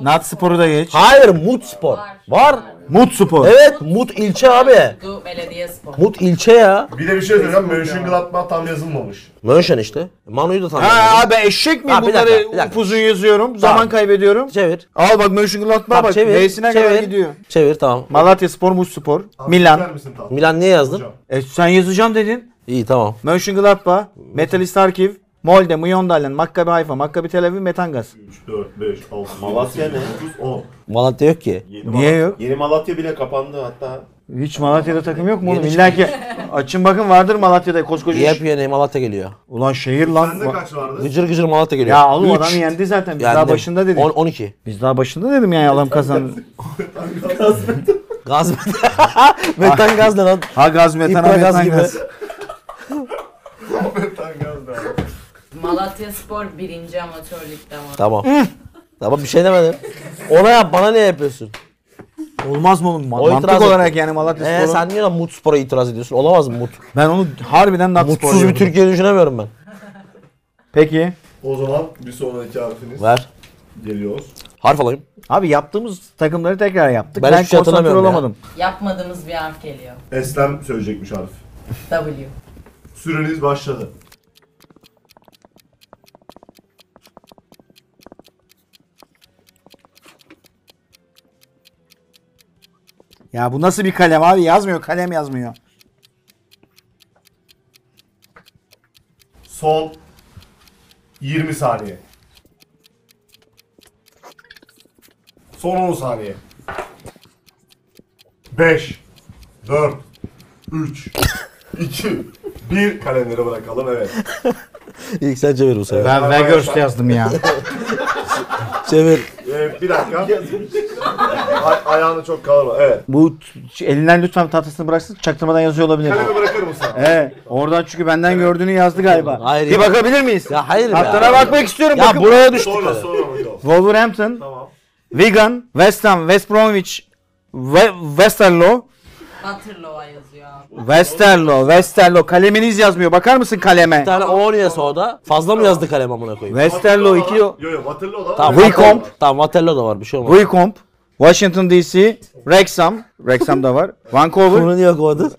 S2: Nat Spor'u da geç.
S1: Hayır Mut Spor. Var.
S2: Mut Spor.
S1: Evet Mut ilçe abi.
S4: Du Belediyespor.
S1: Mut ilçe ya.
S3: Bir de bir şey söyleyeceğim. Mönchengladbach tam yazılmamış.
S1: Mönşen işte. Manu'yu da tanıyorum.
S2: Ha abi eşek mi
S1: Ha, bir
S2: bunları
S1: dakika, bir dakika.
S2: upuzun yazıyorum. Zaman kaybediyorum.
S1: Çevir.
S2: Al bak Mönchengladbach'a
S1: Tamam,
S2: bak.
S1: çevir.
S2: V'sine
S1: çevir.
S2: kadar gidiyor.
S1: Çevir tamam.
S2: Malatya Spor, Muş Spor,
S3: Abi,
S2: Milan.
S3: Güler misin tatlı?
S1: Milan niye yazdın?
S3: Hocam.
S2: E, sen yazacağım dedin.
S1: İyi tamam.
S2: Mönchengladbach, Metalist Arkiv, Molde, Muyondalen, Maccabi Haifa, Maccabi Tel Aviv, Metangas.
S3: 3, 4, 5, 6,
S5: Malatya ne?
S3: 9, 10.
S1: Malatya yok ki.
S5: Yeni
S2: Niye
S5: Malatya-
S2: yok?
S5: Yeni Malatya bile kapandı hatta.
S2: Hiç Malatya'da takım yok mu oğlum? İlla ki açın bakın vardır Malatya'da koskoca.
S1: Hep yeni Malatya geliyor.
S2: Ulan şehir
S3: Sende
S2: lan.
S3: kaç vardı?
S1: Gıcır gıcır Malatya geliyor.
S2: Ya oğlum
S1: Üç.
S2: adam yendi zaten. Biz daha
S1: Yendim.
S2: başında dedik.
S1: On- 12.
S2: Biz daha başında dedim yani adam kazandı.
S1: Gaz Metan gaz ne lan?
S2: ha gaz metan
S1: İpra
S2: ha
S1: gaz
S2: metan
S1: gibi.
S2: gaz.
S3: Sen geldi abi.
S4: Malatyaspor birinci amatör ligde ama.
S1: Tamam. tamam bir şey demedim. Ona yap bana ne yapıyorsun?
S2: Olmaz mı oğlum?
S1: O
S2: Mantık
S1: itiraz etti.
S2: olarak yani Malatya
S1: Ee,
S2: Spor'un-
S1: sen niye lan Mut Spor'a itiraz ediyorsun? Olamaz mı Mut?
S2: Ben onu harbiden Natspor
S1: Mutsuz bir Türkiye düşünemiyorum ben.
S2: Peki.
S3: O zaman bir sonraki harfiniz
S1: Ver.
S3: geliyor.
S1: Harf alayım.
S2: Abi yaptığımız takımları tekrar yaptık.
S1: Ben
S2: Ben,
S1: hiçbir şey
S2: konsantre
S1: hatırlamıyorum ya.
S2: olamadım.
S4: Yapmadığımız bir harf geliyor.
S3: Eslem söyleyecekmiş harf.
S4: W.
S3: Süreniz başladı.
S2: Ya. bu nasıl bir kalem abi? Yazmıyor. Kalem yazmıyor.
S3: Son 20 saniye. Son 10 saniye. 5 4 3 2 1 kalemleri bırakalım evet.
S1: İlk sen çevir bu sefer.
S2: Ben Weghorst yazdım ya.
S1: Çevir.
S3: Ee, bir dakika. Ay- ayağını çok kalma. Evet.
S2: bu t- elinden lütfen tahtasını bıraksın. Çaktırmadan yazıyor olabilir.
S3: Kalemi bırakır mısın?
S2: Evet. Oradan çünkü benden gördüğünü yazdı galiba.
S1: Hayır
S2: Bir
S1: ya.
S2: bakabilir miyiz?
S1: Ya hayır ya.
S2: Hattara bakmak istiyorum.
S1: Ya
S2: bakın.
S1: buraya düştük.
S3: Sonra sonra bakalım.
S2: Wolverhampton,
S3: Tamam.
S2: Wigan, West Ham, West Bromwich, Ve- Westerlo,
S4: Waterloo'a yazıyor abi.
S2: Westerlo, Westerlo. Kaleminiz yazmıyor. Bakar mısın kaleme?
S1: Bir tane Oraya soda. Fazla mı yazdı kalem amına koyayım?
S2: Westerlo 2
S3: Yo yo hatırla o da.
S1: Tamam.
S2: Wicom.
S1: Waterloo- Tamam Vatello da var bir şey olmaz.
S2: Wycombe, Washington DC, Wrexham, Wrexham da var. Vancouver,
S1: Bunu niye okumadın?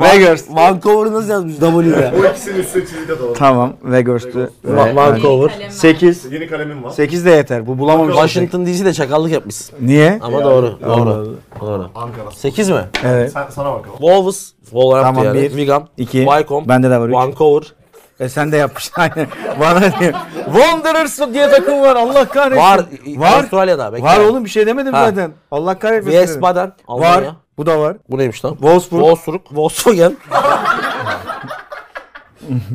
S2: Vegas.
S1: Vancouver'ı nasıl yazmış W'de?
S3: Bu ikisinin üstüne çizgi de dolanır.
S2: Tamam, Vegas'tı.
S1: Va- Vancouver.
S2: 8.
S3: Yeni kalemim var.
S2: 8 de yeter. Bu bulamamış.
S1: Washington DC'de çakallık yapmışsın.
S2: Niye?
S1: Ama doğru. Doğru. Doğru.
S3: Ankara.
S1: 8 mi?
S2: Evet.
S3: Sen, sana bakalım.
S1: Wolves. Wolverhampton
S2: Tamam,
S1: yani.
S2: bir.
S1: Wigan.
S2: İki.
S1: Wycombe.
S2: Bende de var, üç.
S1: Vancouver.
S2: E sen de yapmışsın. Aynen. Bana diye. Wanderers diye takım var. Allah kahretsin.
S1: Var.
S2: Var.
S1: Avustralya'da. Bekle.
S2: Var oğlum bir şey demedim
S1: Ha.
S2: zaten. Allah kahretmesin.
S1: VS
S2: dedim.
S1: Baden. Almanya.
S2: Var. Bu da var.
S1: Bu neymiş lan?
S2: Wolfsburg.
S1: Wolfsburg. Volkswagen.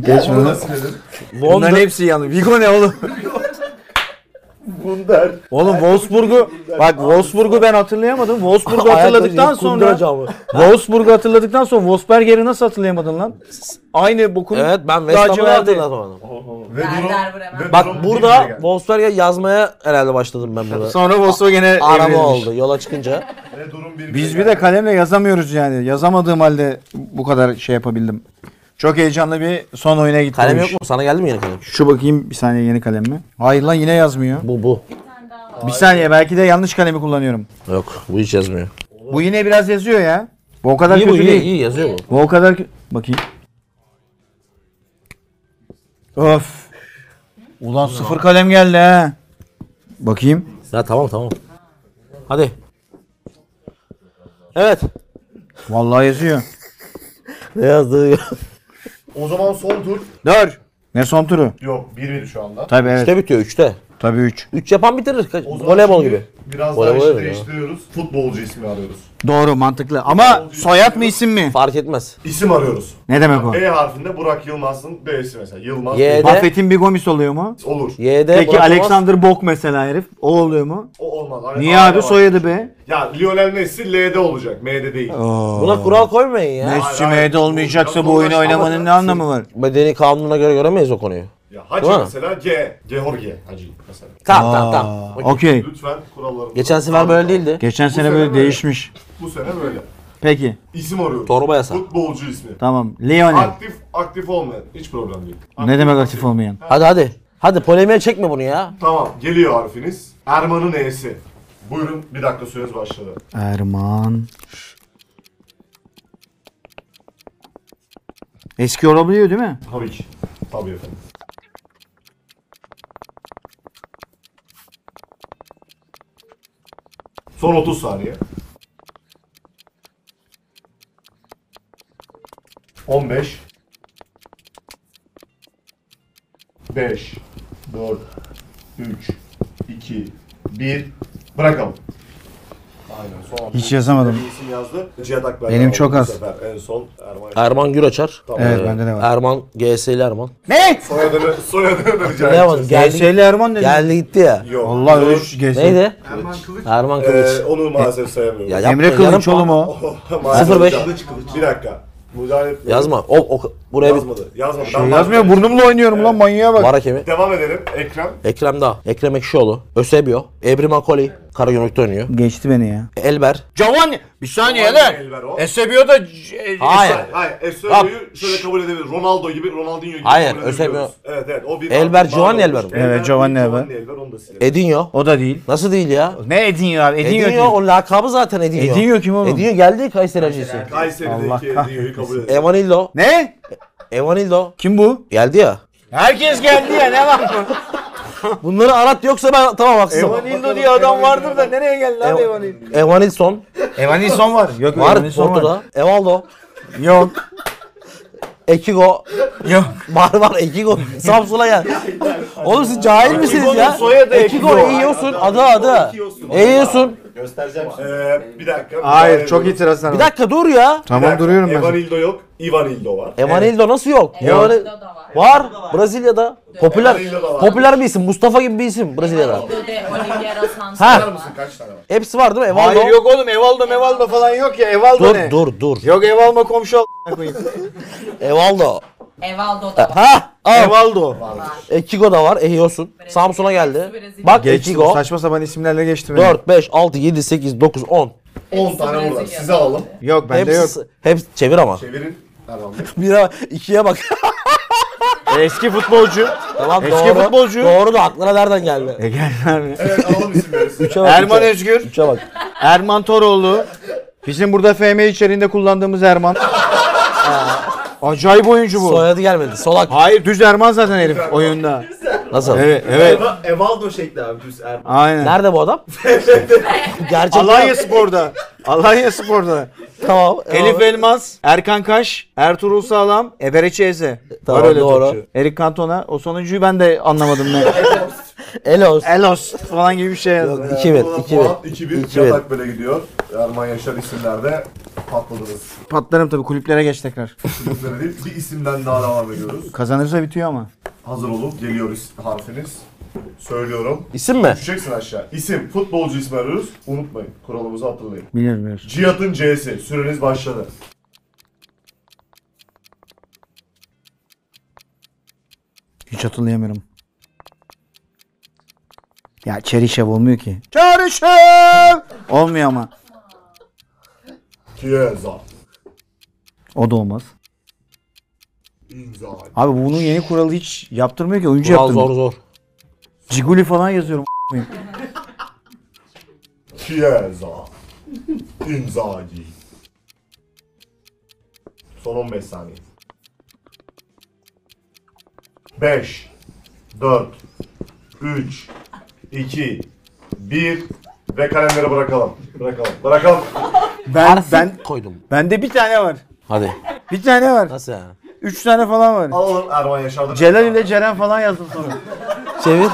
S2: Geç bunu. Bunların
S1: Wonder.
S2: hepsi yanlış. Vigo ne oğlum?
S5: Gunder.
S2: Oğlum Wolfsburg'u bak Wolfsburg'u ben hatırlayamadım. Wolfsburg'u hatırladıktan
S1: Ayakları
S2: sonra
S1: kunduracağım bu.
S2: Wolfsburg'u hatırladıktan sonra Wolfsberger'i nasıl hatırlayamadın lan? Aynı bokun
S1: Evet ben West
S2: Daha
S1: Ham'ı
S2: civarda.
S1: hatırlatamadım.
S3: Ve durum,
S4: Werder Bremen.
S3: ve durum
S1: Bak
S3: birbirine
S1: burada
S3: şey geldi.
S1: Wolfsberg'e yazmaya herhalde başladım ben burada.
S2: Sonra Volkswagen'e
S1: Arama oldu yola çıkınca.
S3: Ve durum birbirine
S2: Biz bir
S3: geldi.
S2: de kalemle yazamıyoruz yani. Yazamadığım halde bu kadar şey yapabildim. Çok heyecanlı bir son oyuna gittim.
S1: Kalem yok mu? Sana geldi mi yine kalem?
S2: Şu bakayım bir saniye yeni kalem mi? Hayır lan yine yazmıyor.
S1: Bu bu.
S2: Bir saniye belki de yanlış kalemi kullanıyorum.
S1: Yok bu hiç yazmıyor.
S2: Bu yine biraz yazıyor ya. Bu o kadar
S1: İyi bu
S2: kötü
S1: iyi,
S2: değil.
S1: iyi yazıyor bu.
S2: Bu o kadar kö- Bakayım. Öf. Ulan sıfır kalem geldi ha. Bakayım.
S1: Ya tamam tamam. Hadi. Evet.
S2: Vallahi yazıyor.
S1: Ne yazdığı
S3: O zaman son tur.
S2: Dur. Ne son turu?
S3: Yok 1-1 şu anda.
S2: Tabii evet.
S1: Üçte bitiyor üçte.
S2: Tabii 3.
S1: Üç yapan bitirir. Kaç-
S3: O zaman
S1: Voleybol
S3: şimdi
S1: gibi.
S3: Biraz
S1: Voleybol
S3: daha işi
S1: mi ya?
S3: değiştiriyoruz. Futbolcu ismi arıyoruz.
S2: Doğru mantıklı. Ama soyad mı isim mi?
S1: Fark etmez.
S3: İsim arıyoruz.
S2: Ne demek o?
S3: E harfinde Burak Yılmaz'ın B'si mesela. Yılmaz
S1: Y'de-
S3: Bey.
S2: Buffett'in bir gomis oluyor mu?
S3: olur.
S1: Y'de
S2: Peki
S1: Burak Yılmaz-
S2: Alexander Bok mesela herif. O oluyor mu?
S3: O olmaz.
S2: Niye
S3: Aa,
S2: abi
S3: var.
S2: soyadı be?
S3: Ya Lionel Messi L'de olacak. M'de değil.
S1: Buna kural koymayın ya.
S2: Messi
S3: Hayır, hayır.
S2: M'de olmayacaksa bu
S3: Biraz
S2: oyunu
S3: uğraş-
S2: oynamanın
S3: Ama-
S2: ne anlamı var?
S1: Medeni kanununa göre göremeyiz o konuyu.
S3: Ya Hacı
S1: Değil mi?
S3: mesela G. Georgie Hacı mesela.
S1: Tamam tamam
S2: Aa,
S1: tamam. Okey.
S2: Okey.
S3: Lütfen kurallarımıza.
S1: Geçen sefer böyle değildi.
S2: Geçen sene
S3: sene
S2: böyle
S3: böyle.
S2: değişmiş.
S3: Bu sene böyle.
S2: Peki.
S3: İsim arıyoruz.
S1: Torba yasak.
S3: Futbolcu ismi.
S2: Tamam. Lionel.
S3: Aktif aktif olmayan. Hiç problem değil.
S2: Ne demek aktif olmayan?
S1: Hadi hadi. Hadi polemiğe çekme bunu ya.
S3: Tamam geliyor harfiniz. Erman'ın E'si. Buyurun bir dakika süreniz başladı.
S2: Erman. Eski olabiliyor değil mi?
S3: Tabii ki. Tabii efendim. Son 30 saniye. 15 5 4 3 2 1 Bırakalım. Aynen son
S2: Hiç yazamadım.
S3: Bir isim yazdı. Cihat Akber
S2: Benim
S3: aldı
S2: çok
S3: bu
S2: az.
S3: sefer. En son Erman.
S1: Erman Güraçar.
S2: Evet, bende de var.
S1: Erman GS'li Erman.
S2: Ne?
S3: Soyadını, soyadını da rica
S1: Hatırlayamadım.
S3: edeceğiz.
S1: Geldi,
S2: Gerçeğiyle Erman dedi.
S1: geldi gitti ya.
S3: Yok.
S2: Allah
S3: Yok.
S2: ölç gelsin.
S1: Neydi? Erman Kılıç.
S3: Ee, onu maalesef sayamıyorum.
S1: Ya yapma,
S2: Emre
S1: yarım
S2: Kılıç
S1: puan.
S2: oğlum o.
S3: Maalesef
S1: 05.
S3: canlı çıktı. Bir dakika. Müdahale
S2: Ee,
S3: etmiyorum.
S1: Yazma. O, o- buraya bir
S3: Yazmadı. Yazmadı.
S2: Şey
S3: Ben
S2: yazmıyor
S3: vazgeçtim.
S2: burnumla oynuyorum lan manyağa bak.
S1: var hakemi.
S3: Devam edelim. Ekrem.
S1: Ekrem Dağ, Ekrem Ekşioğlu, Ösebio, Ebrim Akoli, Karagümrük'te oynuyor.
S2: Geçti beni ya.
S1: Elber,
S2: Cavani. Bir saniye
S3: Cavani lan. Elber o.
S2: Esebio da...
S1: Hayır.
S3: Hayır. Eusebio'yu şöyle kabul edebiliriz. Ronaldo gibi, Ronaldinho gibi
S1: Hayır,
S3: kabul edebiliyoruz.
S1: Eusebio-
S3: Evet evet. O bir
S1: Elber,
S3: Bağlı
S1: Giovanni
S3: olmuş.
S1: Elber mi?
S2: Evet, Giovanni
S3: Elber.
S2: Elber.
S3: Elber onu da silelim.
S1: Edinho.
S2: O da değil.
S1: Nasıl değil ya?
S2: Ne Edinho abi? Edinho,
S1: Edinho,
S2: değil.
S1: o lakabı zaten Edinho.
S2: Edinho kim oğlum?
S1: Edinho geldi Kayseri Acısı.
S2: Allah
S3: Kayseri'deki Edinho'yu kabul edelim.
S1: Evanillo,
S2: Ne?
S1: Evanillo
S2: Kim bu?
S1: geldi ya.
S2: Herkes geldi ya ne var?
S1: Bunları arat yoksa ben tamam haksızım.
S2: Evanildo diye adam vardır da nereye geldi abi Evanildo?
S1: Evanilson
S2: Evanilson var. Yok
S1: E, var
S2: Evanilson
S1: Porto'da. Evaldo,
S2: Yok.
S1: Ekigo
S2: Yok.
S1: var var Ekigo. Samsun'a gel. Oğlum siz cahil misiniz ya?
S2: soyadı
S1: Ekigo
S2: Ekigo.
S1: yiyorsun adı adı. Eyiyorsun.
S5: Göstereceğim şimdi.
S3: Ee, bir dakika.
S2: Hayır çok itirazlar
S1: Bir
S2: var.
S1: dakika dur ya.
S2: Tamam duruyorum ben.
S3: Evanildo yok. Ivanildo var.
S1: Evanildo nasıl yok? Evanil-
S4: Evanildo da var.
S1: Var. Brazilya'da. Popüler.
S3: Evanildo da var.
S1: Popüler bir isim. Mustafa gibi bir isim Brazilya'da.
S4: Evanildo de Oliveira Santos
S1: Ha.
S4: da var.
S3: Kaç tane var?
S1: Hepsi var değil mi? Evaldo.
S2: Hayır yok oğlum Evaldo Mevaldo falan yok ya Evaldo
S1: Dur
S2: ne?
S1: dur dur.
S2: Yok Evaldo komşu al- koyayım.
S1: Evaldo.
S4: Evaldo da var.
S1: Ha? Al.
S2: Evaldo.
S1: Ekigo da var. Ehiyorsun. Samsun'a geldi. Bak
S2: Geçtim
S1: Ekigo.
S2: saçma sapan isimlerle geçtim. benim.
S1: 4, 5, 6, 7, 8, 9, 10.
S3: 10 tane burada. Size alalım.
S2: Yok bende yok.
S1: Hepsi, hepsi çevir ama.
S3: Çevirin. Erman Bey.
S1: Bira, ikiye bak.
S2: Eski futbolcu.
S1: tamam
S2: Eski
S1: doğru.
S2: futbolcu.
S1: Doğru da aklına nereden geldi?
S2: E gel abi.
S3: Evet alalım isimleri size.
S1: Üçe bak,
S2: Erman
S1: üçe.
S2: Özgür.
S1: Üçe bak.
S2: Erman Toroğlu. Bizim burada FM içeriğinde kullandığımız Erman. Acayip oyuncu bu.
S1: Soyadı gelmedi. Solak.
S2: Hayır düz Erman zaten herif oyunda.
S1: Nasıl?
S2: Evet evet.
S6: Evaldo şekli abi düz Erman.
S2: Aynen.
S1: Nerede bu adam? Gerçekten.
S2: Alanya Spor'da. Alanya Spor'da.
S1: Tamam.
S2: Elif Elmas, Erkan Kaş, Ertuğrul Sağlam, Ebereçi Eze.
S1: Tamam,
S2: Var öyle
S1: doğru.
S2: topçu. Erik Cantona. O sonuncuyu ben de anlamadım ne.
S1: Elos.
S2: Elos falan gibi bir şey yazdı.
S3: Ee,
S1: 2-1. 2-1.
S3: 2-1.
S1: 2-1.
S3: Yatak böyle gidiyor. Erman Yaşar isimlerde patladınız.
S2: Patlarım tabii kulüplere geç tekrar.
S3: Sizlere değil, bir isimden daha devam ediyoruz.
S2: Kazanırsa bitiyor ama.
S3: Hazır olun. Geliyor is- harfiniz. söylüyorum.
S1: İsim mi?
S3: Düşeceksin aşağı. İsim, futbolcu ismi arıyoruz. Unutmayın. Kuralımızı hatırlayın.
S2: Biliyorum biliyorsun.
S3: Cihat'ın C'si. Süreniz başladı.
S2: Hiç hatırlayamıyorum. Ya Çerişev olmuyor ki.
S7: Çağrışım.
S2: Olmuyor ama.
S3: Chiesa.
S2: O da olmaz.
S3: Inzaghi.
S2: Abi bunun yeni kuralı hiç yaptırmıyor ki. Oyuncu
S1: Kural
S2: yaptırmıyor.
S1: zor zor.
S2: Ciguli falan yazıyorum.
S3: Chiesa. Inzaghi. Son 15 saniye. 5 4 3 2 1 ve kalemleri bırakalım. Bırakalım. Bırakalım.
S2: Ben ben
S1: Koydum.
S2: bende bir tane var.
S1: Hadi.
S2: Bir tane var.
S1: Nasıl yani?
S2: Üç tane falan var.
S3: Alalım Erman Yaşar'dan.
S2: Celal ile Ceren falan yazdım sonra.
S1: Çevir.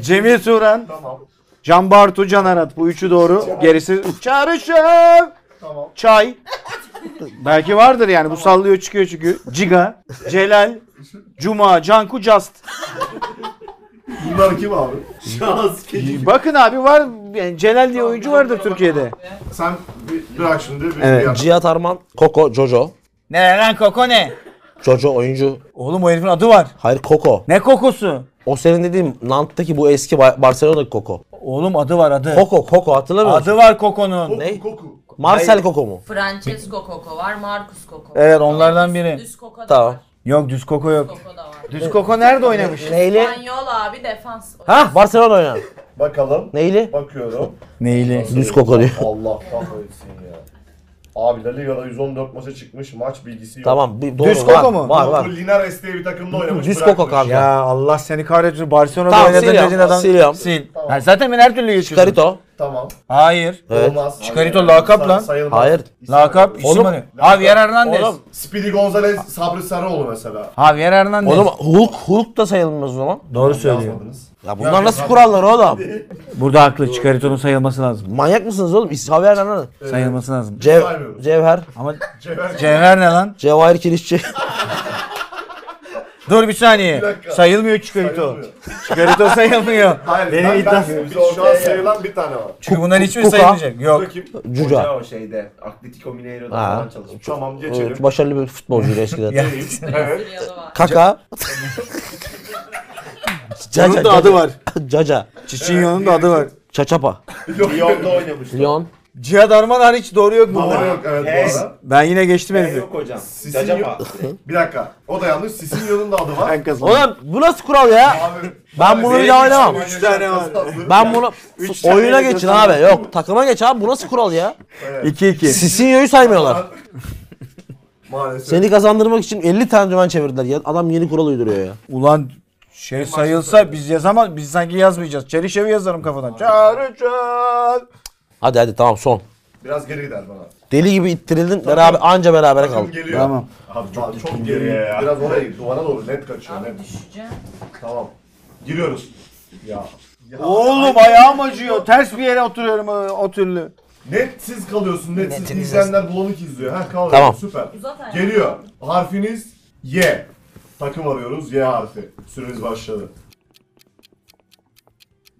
S2: Cemil Turan,
S3: Tamam.
S2: Can Bartu, Can Arat. Bu üçü doğru. Gerisi çağrışım.
S3: Tamam.
S2: Çay. Belki vardır yani. Bu sallıyor çıkıyor çünkü. Ciga, Celal, Cuma, Canku, Just.
S3: Bunlar kim abi?
S6: Şans ki.
S2: Bakın abi var yani Celal diye oyuncu vardır Türkiye'de.
S3: Sen bir bırak şimdi. Bir,
S2: Evet.
S3: bir yap.
S1: Cihat Arman, Koko, Jojo.
S2: Ne lan koko ne?
S1: Jojo oyuncu.
S2: Oğlum o herifin adı var.
S1: Hayır Koko.
S2: Ne kokusu?
S1: O senin dediğin Nant'taki bu eski Ba- Barcelona'daki Koko.
S2: Oğlum adı var adı.
S1: Koko, Koko hatırlamıyor musun?
S2: Adı var kokonun.
S1: Ne?
S3: Koku, koku.
S1: Marcel Koko mu?
S4: Francesco Coco var, Marcus Coco var.
S2: Evet, onlardan biri.
S4: Düz Coco da
S1: Tamam.
S4: var.
S2: Yok düz koko yok.
S4: Coco da var.
S2: Düz koko nerede oynamış?
S1: Neyli?
S4: Spanyol abi defans.
S1: Ha Barcelona oynayan.
S3: Bakalım.
S1: Neyli?
S3: Bakıyorum.
S2: Neyli?
S1: Düz koku diyor.
S3: Allah kahretsin ya. Abiler Liga'da 114 maça çıkmış. Maç bilgisi yok.
S1: Tamam. bir- doğru,
S2: Düz
S1: var,
S2: Koko mu?
S1: Var
S3: Bu
S1: var.
S3: Linares diye bir takımda oynamış.
S1: Düz
S3: bırakmış.
S1: Koko kanka.
S2: Ya Allah seni kahretsin. Barcelona'da
S1: Tamam
S2: oynadın
S1: siliyorum.
S2: dediğin adam.
S1: Siliyorum.
S2: Sil. Ha, zaten ben her türlü geçiyorum.
S1: Carito.
S3: Tamam.
S2: Hayır.
S1: Evet.
S3: Olmaz.
S2: Çıkarito lakap
S3: Say-
S2: lan.
S3: sayılmaz.
S1: Hayır.
S3: İsim
S2: Lakap
S3: yok.
S2: isim
S1: Oğlum-
S2: arıyor. Javier Hernandez.
S1: Oğlum.
S3: Speedy Gonzalez, Sabri Sarıoğlu mesela.
S2: Javier Hernandez.
S1: Oğlum Hulk, Hulk da sayılmaz o zaman.
S2: Doğru söylüyor.
S3: Yazmadınız.
S1: Ya bunlar nasıl kurallar oğlum?
S2: Burada haklı. Çıkaritonun sayılması lazım.
S1: Manyak mısınız oğlum? İs- Javier Hernandez.
S2: Sayılması lazım.
S1: Cev
S3: Saymıyorum.
S1: Cevher.
S2: Ama
S3: Cevher.
S2: Cevher ne lan?
S1: Cevahir Kirişçi.
S2: Dur bir saniye.
S3: dakika.
S2: sayılmıyor Çıkarito.
S3: Sayılmıyor.
S2: Çıkarito sayılmıyor.
S3: Hayır,
S2: Benim
S3: ben,
S2: iddiam-
S3: ben, biz şu an sayılan bir tane var.
S2: Çünkü bunların hiçbiri
S1: Kuka.
S2: sayılmayacak. Yok.
S3: Bakayım.
S1: Cuca.
S6: Hoca o şeyde. Atletico Mineiro'da
S1: Ha.
S6: falan çalışmış.
S3: Tamam geçelim.
S1: Evet, başarılı bir futbolcuydu eskiden.
S2: Ya.
S3: evet.
S4: Brezilyalı var.
S1: Kaka. Caca,
S2: Bunun da adı var.
S1: Caca.
S2: Çiçinyo'nun da adı var.
S1: Çaçapa.
S6: Lyon'da oynamış.
S1: Lyon.
S2: Cihat Arman hariç doğru yok
S3: Doğru
S2: bunda.
S3: yok evet bu arada.
S2: Ben yine geçtim
S6: Ben
S2: herifi.
S6: yok hocam.
S3: Sizin
S6: Cacapa.
S3: Bir dakika. O da yanlış. Sisinyo'nun da adı var.
S1: Oğlum bu nasıl kural ya?
S3: Abi,
S1: Ben bunu bir daha oynamam.
S3: Üç tane var.
S1: Ben bunu oyuna geçin abi. Yok takıma geç abi. Bu nasıl kural ya?
S2: 2-2.
S1: Sisinyo'yu saymıyorlar.
S3: Maalesef.
S1: Seni kazandırmak için 50 tane dümen çevirdiler. Ya, adam yeni kural uyduruyor ya.
S2: Ulan şey sayılsa biz yazamaz. Biz sanki yazmayacağız. Çelişevi yazarım kafadan. Çağrı çağır.
S1: Hadi hadi tamam son.
S3: Biraz geri gider bana.
S1: Deli gibi ittirildin. Beraber anca berabere
S3: Takım
S1: kaldık.
S3: geliyor.
S2: Tamam.
S3: Abi çok, çok geri. Biraz oraya git. Duvara doğru net kaçıyor.
S4: Abi
S3: Net.
S4: düşeceğim.
S3: Tamam. Giriyoruz. Ya. ya.
S2: Oğlum ayağım acıyor. Ters bir yere oturuyorum ö, o türlü.
S3: Netsiz kalıyorsun. Netsiz. İzleyenler bulanık izliyor. Heh kalıyor.
S1: Tamam.
S3: Süper.
S4: Uzat ayağını.
S3: Geliyor. Harfiniz Y. Takım arıyoruz. Y harfi. Süreniz başladı.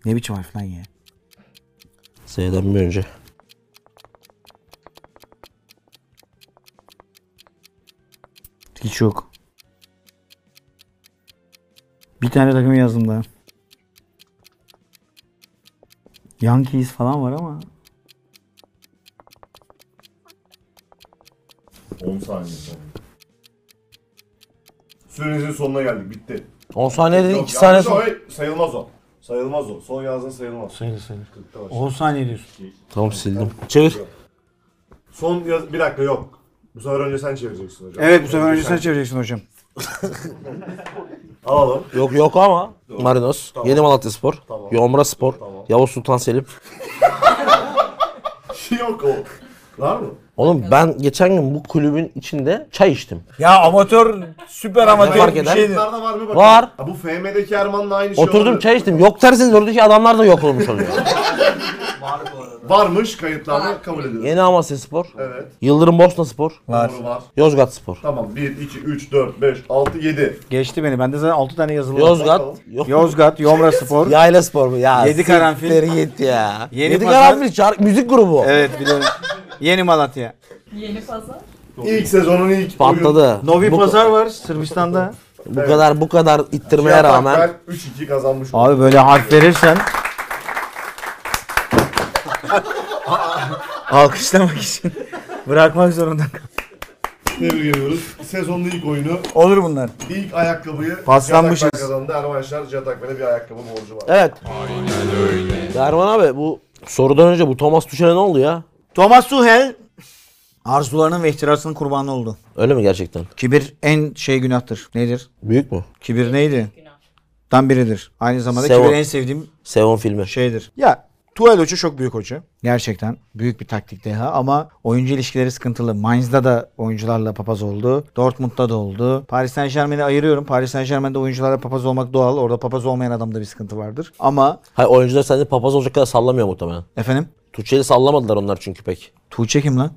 S2: Ne biçim harf lan ya?
S1: Z'den bir önce.
S2: Hiç yok. Bir tane takımı yazdım daha. Yankees falan var ama.
S3: 10 saniye sonra. Sürenizin sonuna geldik. Bitti.
S1: 10 saniye dedik
S3: Yok,
S1: 2 saniye
S3: yanlış o.
S1: sonra.
S3: Hayır, Sayılmaz o. Sayılmaz o. Son yazdığın sayılmaz.
S2: Sayılır sayılır.
S3: Kırkta başladı.
S2: 10 saniye diyorsun.
S1: Tamam sildim. Çevir.
S3: Son yaz... Bir dakika yok. Bu sefer önce sen çevireceksin hocam.
S2: Evet bu sefer önce sen çevireceksin hocam.
S3: Alalım.
S1: Yok yok ama. Marinos. Yeni Malatya Spor.
S3: Tamam.
S1: Yomra Spor. Yavuz Sultan Selim.
S3: yok o. Var mı?
S1: Oğlum ben geçen gün bu kulübün içinde çay içtim.
S2: Ya amatör süper amatör
S1: fark
S2: bir
S1: eder?
S2: şeydir.
S3: Bunlarda var mı bakalım?
S1: Var.
S3: Ha, bu FM'deki Erman'la aynı şey
S1: Oturdum
S3: olabilir.
S1: çay içtim. Yok derseniz oradaki adamlar da yok olmuş oluyor.
S6: Var bu arada.
S3: Varmış kayıtlarla
S4: Var.
S3: kabul ediyorum.
S1: Yeni Amasya Spor.
S3: Evet.
S1: Yıldırım Bosna Spor.
S2: Var.
S3: Doğru var.
S1: Yozgat Spor.
S3: Tamam 1, 2, 3, 4, 5, 6, 7.
S2: Geçti beni. Bende zaten 6 tane yazılı var.
S1: Yozgat. Yok.
S2: Yozgat, Yomra Spor.
S1: Yayla Spor mu? Ya
S2: Yedi Karanfil.
S1: siktir git ya.
S2: Yeni
S1: Yedi
S2: Pazar.
S1: Karanfil şarkı, müzik grubu.
S2: evet biliyorum. Yeni Malatya.
S4: Yeni pazar.
S3: İlk sezonun ilk
S1: Patladı.
S2: Novi
S1: bu,
S2: Pazar var Sırbistan'da.
S1: Bu kadar bu kadar ittirmeye
S3: Şataklar
S1: rağmen
S3: 3-2 kazanmış.
S2: Abi böyle harf verirsen alkışlamak için bırakmak zorunda. kal-
S3: Tebrik ediyoruz. Sezonun ilk oyunu,
S2: Olur bunlar.
S3: ilk ayakkabıyı
S2: Paslanmışız.
S3: Jatak Bey kazandı. Ermanşlar Jatakmen'e bir ayakkabı borcu var.
S1: Evet. Derman abi bu sorudan önce bu Thomas Tuchel'e ne oldu ya?
S2: Thomas Tuchel arzularının ve ihtirasının kurbanı oldu.
S1: Öyle mi gerçekten?
S2: Kibir en şey günahtır. Nedir?
S1: Büyük mü?
S2: Kibir neydi?
S4: Günah.
S2: Tam biridir. Aynı zamanda
S1: Sevap.
S2: kibir en sevdiğim
S1: Sevon filmi.
S2: şeydir. Ya Tuchel hoca çok büyük hoca. Gerçekten büyük bir taktik deha ama oyuncu ilişkileri sıkıntılı. Mainz'da da oyuncularla papaz oldu. Dortmund'da da oldu. Paris Saint Germain'i ayırıyorum. Paris Saint Germain'de oyuncularla papaz olmak doğal. Orada papaz olmayan adamda bir sıkıntı vardır. Ama
S1: Hayır oyuncular sence papaz olacak kadar sallamıyor muhtemelen.
S2: efendim
S1: Tuchel'i sallamadılar onlar çünkü pek.
S2: Tuğçe kim lan?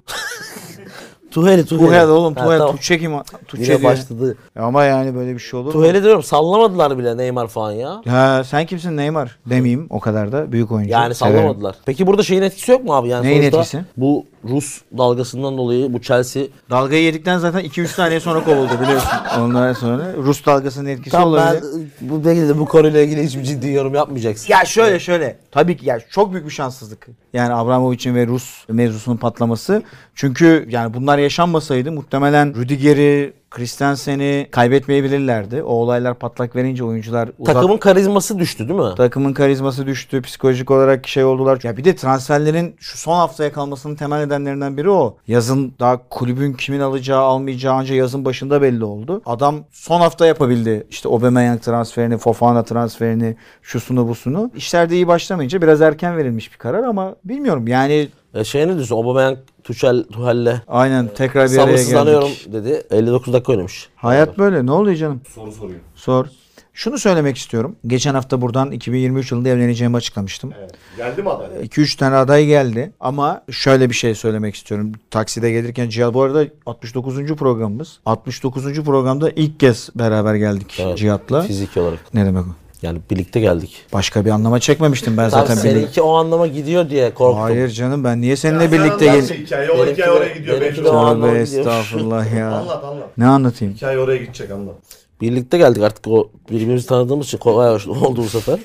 S1: Tuhel'i Tuhel'i.
S2: Tuchel oğlum
S1: Ha,
S2: Tuchel.
S1: tamam.
S2: Tuğçe kim? Tuğçe
S1: Yine
S2: diye.
S1: başladı.
S2: Ama yani böyle bir şey olur mu?
S1: Tuhel'i diyorum sallamadılar bile Neymar falan ya.
S2: Ha, sen kimsin Neymar? Demeyeyim o kadar da büyük oyuncu.
S1: Yani
S2: Severim.
S1: sallamadılar. Peki burada şeyin etkisi yok mu abi? Yani
S2: Neyin
S1: sonuçta
S2: etkisi?
S1: Bu Rus dalgasından dolayı bu Chelsea
S2: Dalgayı yedikten zaten 2-3 saniye sonra kovuldu biliyorsun. Ondan sonra Rus dalgasının etkisi olabilir.
S1: ben bu belki de bu konuyla ilgili hiçbir ciddi yorum yapmayacaksın.
S2: Ya şöyle şöyle. Tabii ki ya çok büyük bir şanssızlık. Yani Abramovich'in ve Rus mevzusunun patlaması. Çünkü yani bunlar yaşanmasaydı muhtemelen Rüdiger'i, Christensen'i kaybetmeyebilirlerdi. O olaylar patlak verince oyuncular uzak...
S1: Takımın karizması düştü değil mi?
S2: Takımın karizması düştü. Psikolojik olarak şey oldular. Ya bir de transferlerin şu son haftaya kalmasının temel nedenlerinden biri o. Yazın daha kulübün kimin alacağı almayacağı anca yazın başında belli oldu. Adam son hafta yapabildi. İşte Aubameyang transferini, Fofana transferini, şusunu busunu. İşler de iyi başlamayınca biraz erken verilmiş bir karar ama bilmiyorum yani
S1: E şey ne diyorsun? Aubameyang Tuchel, Tuchel'le
S2: aynen tekrar bir araya
S1: sabırsızlanıyorum
S2: geldik.
S1: dedi. 59 dakika oynamış.
S2: Hayat böyle ne oluyor canım?
S3: Soru soruyor.
S2: Sor. Şunu söylemek istiyorum. Geçen hafta buradan 2023 yılında evleneceğimi açıklamıştım.
S3: Evet. Geldi mi aday?
S2: 2-3 tane aday geldi ama şöyle bir şey söylemek istiyorum. Takside gelirken Cihat bu arada 69. programımız. 69. programda ilk kez beraber geldik
S1: Evet.
S2: Cihat'la.
S1: Fiziki olarak.
S2: Ne demek o?
S1: Yani birlikte geldik.
S2: Başka bir anlama çekmemiştim ben
S1: Zaten
S2: zaten. bilmiyorum.
S1: seninki o anlama gidiyor diye korktum.
S2: Hayır canım ben niye seninle
S3: Ya sen
S2: birlikte
S3: anlat
S2: gel?
S3: Hikaye, o
S1: Benimki de-
S3: hikaye oraya
S1: benimki
S3: gidiyor. Benimki
S1: de o an-
S2: Tövbe
S1: anlamadım.
S2: estağfurullah ya.
S3: Anlat anlat.
S2: Ne anlatayım?
S3: Hikaye oraya gidecek anlat.
S1: Birlikte geldik artık o birbirimizi tanıdığımız için kolay oldu bu sefer.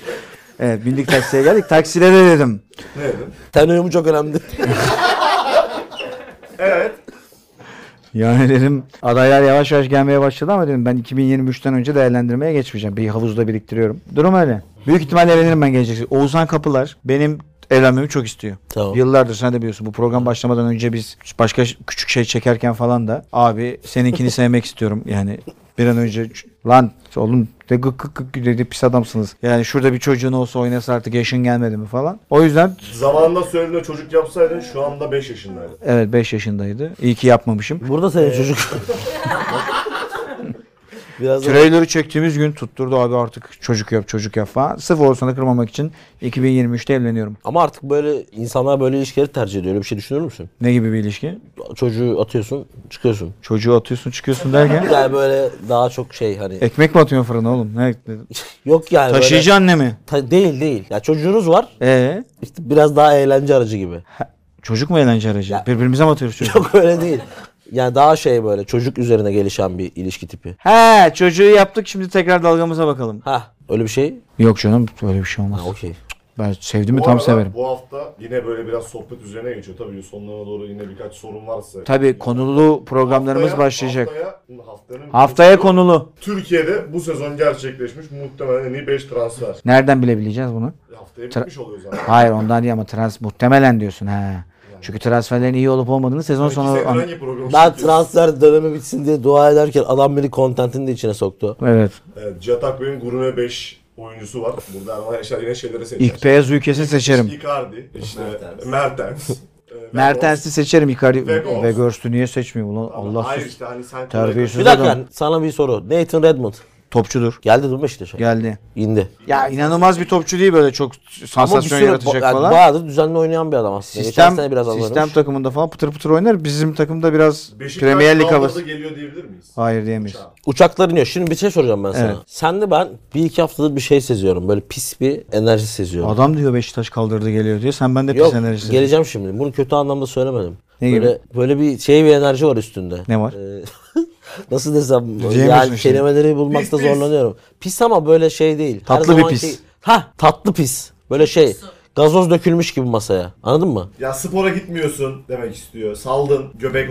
S2: Evet bindik taksiye geldik. Taksilere dedim.
S3: Ne dedin?
S1: Ten uyumu çok önemli.
S3: Evet.
S2: Yani dedim adaylar yavaş yavaş gelmeye başladı ama dedim ben 2023'ten önce değerlendirmeye geçmeyeceğim. Bir havuzda biriktiriyorum. Durum öyle. Büyük ihtimalle evlenirim ben gelecek. Oğuzhan Kapılar benim evlenmemi çok istiyor.
S1: Tamam.
S2: Yıllardır sen de biliyorsun bu program başlamadan önce biz başka ş- küçük şey çekerken falan da abi seninkini sevmek istiyorum yani bir an önce ç- lan oğlum de gık gık gık dedi pis adamsınız. Yani şurada bir çocuğun olsa oynasa artık yaşın gelmedi mi falan. O yüzden
S3: Zamanında söylediğinde çocuk yapsaydın şu anda 5 yaşındaydı.
S2: evet 5 yaşındaydı. İyi ki yapmamışım.
S1: Burada senin çocuk. Biraz da-
S2: Trailer'ı çektiğimiz gün tutturdu abi artık çocuk yap çocuk yap falan. Sırf Oğuzhan'ı kırmamak için 2023'te evleniyorum.
S1: Ama artık böyle insanlar böyle ilişkileri tercih ediyor. Öyle bir şey düşünür müsün?
S2: Ne gibi bir ilişki?
S1: Çocuğu atıyorsun, çıkıyorsun.
S2: Çocuğu atıyorsun çıkıyorsun derken
S1: Yani böyle daha çok şey hani.
S2: ekmek mi atıyorsun fırına oğlum? Ne?
S1: Yok yani böyle-
S2: Taşıyıcı anne mi?
S1: Ta- değil değil. Ya çocuğunuz var.
S2: Ee,
S1: İşte biraz daha eğlence aracı gibi.
S2: çocuk mu eğlence aracı? Birbirimize mi atıyoruz çocuğu?
S1: Yok öyle değil. Yani daha şey böyle çocuk üzerine gelişen bir ilişki tipi.
S2: He çocuğu yaptık şimdi tekrar dalgamıza bakalım.
S1: Ha öyle bir şey.
S2: Yok canım öyle bir şey olmaz.
S1: Ha okey.
S2: Ben sevdim mi
S3: Bu
S2: tam
S3: arada
S2: severim.
S3: Bu hafta yine böyle biraz sohbet üzerine geçiyor. Tabii sonlarına doğru yine birkaç sorun varsa.
S2: Tabii konulu programlarımız
S3: Haftaya-
S2: başlayacak.
S3: Haftaya, haftanın
S2: Haftaya konulu.
S3: Türkiye'de bu sezon gerçekleşmiş muhtemelen en iyi 5 transfer.
S2: Nereden bilebileceğiz bunu?
S3: Haftaya bitmiş oluyor zaten.
S2: Hayır ondan değil ama trans muhtemelen diyorsun he. Çünkü transferlerin iyi olup olmadığını sezon
S3: Peki
S2: sonu
S3: sen hangi programı
S1: Ben
S3: çekiyorsun?
S1: transfer dönemi bitsin diye dua ederken adam beni kontentinin de içine soktu.
S2: Evet.
S3: Evet, Cetak Bey'in gurme 5 oyuncusu var. Burada Erman Yaşar yine şeyleri seçer.
S2: İlk beyaz ülkesini seçerim.
S3: Icardi, işte Mertens. e, Weghorst.
S2: Mertens'i seçerim Icardi.
S3: Weghorst.
S2: Ve Görs'ü niye seçmiyor ulan?
S3: Ama
S2: Allah
S3: Hayır
S2: sus.
S3: işte hani sen
S2: Terbiyesiz
S1: Bir
S2: adam.
S1: dakika sana bir soru. Nathan Redmond.
S2: Topçudur.
S1: Geldi değil mi Beşiktaş'a?
S2: Geldi.
S1: İndi.
S2: Ya inanılmaz bir topçu değil böyle çok sansasyon yaratacak
S1: ba- yani
S2: falan.
S1: bayağıdır düzenli oynayan bir adam aslında. Geçen
S2: Sistem,
S1: sene biraz azalmış.
S2: sistem takımında falan pıtır pıtır oynar. Bizim takımda biraz
S3: Beşiktaş
S2: Premier Lig
S3: Londra'da
S2: havası.
S3: geliyor diyebilir miyiz?
S2: Hayır diyemeyiz.
S1: Uçaklar iniyor. Şimdi bir şey soracağım ben sana.
S2: Evet.
S1: Sen de ben bir iki haftadır bir şey seziyorum. Böyle pis bir enerji seziyorum.
S2: Adam diyor Beşiktaş kaldırdı geliyor diyor. Sen bende
S1: Yok
S2: pis enerjisi.
S1: geleceğim şimdi. Bunu kötü anlamda söylemedim.
S2: Ne gibi?
S1: böyle, böyle bir şey bir enerji var üstünde.
S2: Ne var?
S1: Ee, nasıl desem
S2: Diyemiyorsun
S1: yani
S2: şimdi.
S1: kelimeleri bulmakta zorlanıyorum. Pis ama böyle şey değil. Her
S2: Tatlı bir
S1: zamanki-
S2: pis.
S1: Hah tatlı pis. Böyle şey gazoz dökülmüş gibi masaya. Anladın mı?
S3: Ya spora gitmiyorsun demek istiyor. Saldın göbek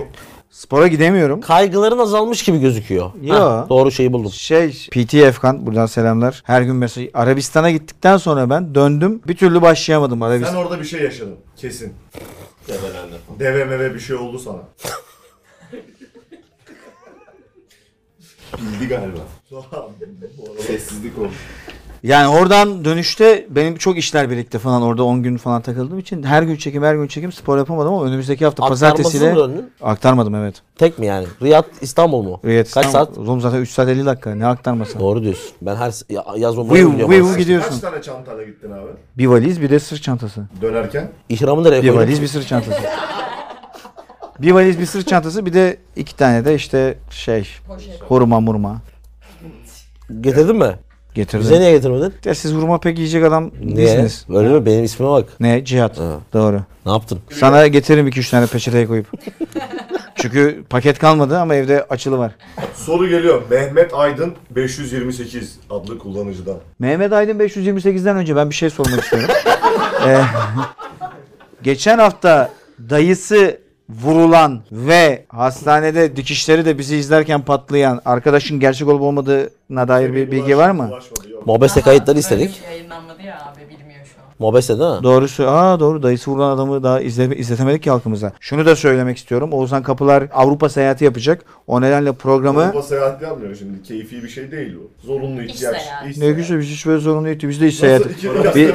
S2: Spora gidemiyorum.
S1: Kaygıların azalmış gibi gözüküyor.
S2: Yo.
S1: Hah, doğru şeyi buldum.
S2: Şey PT Efkan buradan selamlar. Her gün mesaj Arabistan'a gittikten sonra ben döndüm. Bir türlü başlayamadım
S3: Sen
S2: Arabistan.
S3: orada bir şey yaşadın kesin.
S5: Debelendim.
S3: Deve meve bir şey oldu sana.
S6: Bildi galiba. Sessizlik oldu.
S2: Yani oradan dönüşte benim çok işler birlikte falan orada 10 gün falan takıldığım için her gün çekim her gün çekim spor yapamadım ama önümüzdeki hafta pazartesiyle
S1: Aktarmasız mı döndün?
S2: aktarmadım evet.
S1: Tek mi yani? Riyad İstanbul mu?
S2: Evet,
S1: Kaç
S2: İstanbul-
S1: saat?
S2: Oğlum zaten 3 saat 50 dakika ne aktarması.
S1: Doğru diyorsun. Ben her s- ya- yaz
S2: Vıy
S1: umreye
S2: vıy
S1: gidiyorum.
S2: vıy
S1: aslında.
S2: gidiyorsun.
S3: Kaç tane çantayla gittin abi?
S2: Bir valiz bir de sırt çantası.
S3: Dönerken
S1: İhramı nereye
S2: Bir
S1: koydun?
S2: valiz bir sırt çantası. bir valiz bir sırt çantası bir de iki tane de işte şey
S4: Poşet.
S2: hurma murma
S1: Getirdin mi?
S2: getirdim.
S1: Bize niye getirmedin?
S2: Ya siz hurma pek yiyecek adam
S1: Niye?
S2: değilsiniz.
S1: Öyle mi? Benim ismime bak.
S2: Ne? Cihat. Doğru.
S1: Ne yaptın?
S2: Sana getiririm 2-3 tane peçeteye koyup. Çünkü paket kalmadı ama evde açılı var.
S3: soru geliyor. Mehmet Aydın 528 adlı kullanıcıdan.
S2: Mehmet Aydın 528'den önce ben bir şey sormak istiyorum. Ee, geçen hafta dayısı vurulan ve hastanede dikişleri de bizi izlerken patlayan arkadaşın gerçek olup olmadığına dair bir bilgi var mı?
S3: Ulaşmadı, yok.
S1: Mobese kayıtları istedik.
S4: Bölüm yayınlanmadı ya abi bilmiyor şu an.
S1: Mobese değil mi?
S2: Doğrusu aa doğru dayısı vurulan adamı daha izle, izletemedik ki halkımıza. Şunu da söylemek istiyorum. Oğuzhan Kapılar Avrupa seyahati yapacak. O nedenle programı
S3: Avrupa seyahati yapmıyor şimdi. Keyfi bir şey değil bu. Zorunlu ihtiyaç.
S4: seyahati.
S3: İş
S2: ne güzel biz hiç böyle zorunlu değildi. Biz de hiç seyahat. Bir-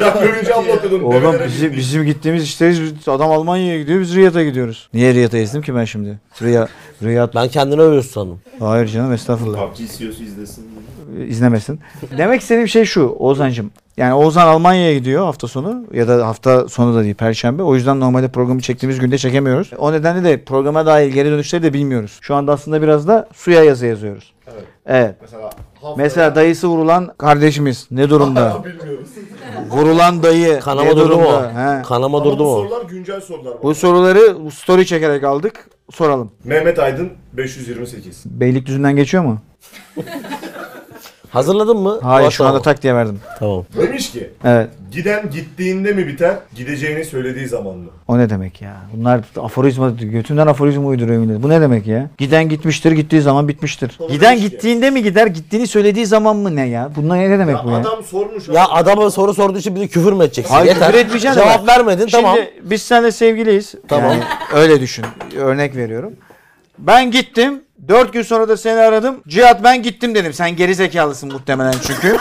S2: Oğlum bizim, bizim gittiğimiz işteyiz. Biz- Adam Almanya'ya gidiyor biz Riyad'a gidiyoruz. Niye Riyad'a ezdim ki ben şimdi? Riyad, Riyad.
S1: Ben kendini övüyorsun sandım.
S2: Hayır canım estağfurullah.
S6: PUBG CEO'su E izlesin. diye.
S2: İzlemesin. Demek istediğim şey şu Oğuzhan'cığım. Yani Oğuzhan Almanya'ya gidiyor hafta sonu ya da hafta sonu da değil perşembe. O yüzden normalde programı çektiğimiz günde çekemiyoruz. O nedenle de programa dair geri dönüşleri de bilmiyoruz. Şu anda aslında biraz da suya yazı yazıyoruz.
S3: Evet.
S2: Evet.
S3: Mesela haftaya-
S2: Mesela dayısı vurulan kardeşimiz ne durumda?
S3: Bilmiyoruz.
S2: vurulan dayı
S1: Kanama
S2: ne
S1: durdu mu?
S2: durumda? He.
S1: Kanama
S3: Ama
S1: durdu
S3: bu
S1: mu?
S3: sorular güncel sorular.
S2: Bu soruları story çekerek aldık. Soralım.
S3: Mehmet Aydın 528.
S2: Beylikdüzü'nden geçiyor mu?
S1: Hazırladın mı?
S2: Hayır şu
S1: Ulaşma
S2: anda
S1: mı?
S2: tak diye verdim.
S1: Tamam.
S3: Demiş ki
S2: Evet.
S3: giden gittiğinde mi biter, gideceğini söylediği zaman mı?
S2: O ne demek ya? Bunlar aforizma, götünden aforizma uyduruyor millet. Bu ne demek ya? Giden gitmiştir, gittiği zaman bitmiştir.
S3: Doğru
S2: Giden
S3: demiş ki.
S2: gittiğinde mi gider, gittiğini söylediği zaman mı ne ya? Bunlar ne demek
S3: Ya
S2: bu ya?
S3: adam sormuş.
S1: Ya adama soru sorduğu için bir de küfür mü edeceksin?
S2: Hayır,
S1: Yeter.
S2: küfür etmeyeceksin
S1: Cevap
S2: ama.
S1: vermedin tamam.
S2: Şimdi biz seninle sevgiliyiz.
S1: Tamam.
S2: Yani öyle düşün. Örnek veriyorum. Ben gittim. Dört gün sonra da seni aradım. Cihat ben gittim dedim. Sen geri zekalısın muhtemelen çünkü.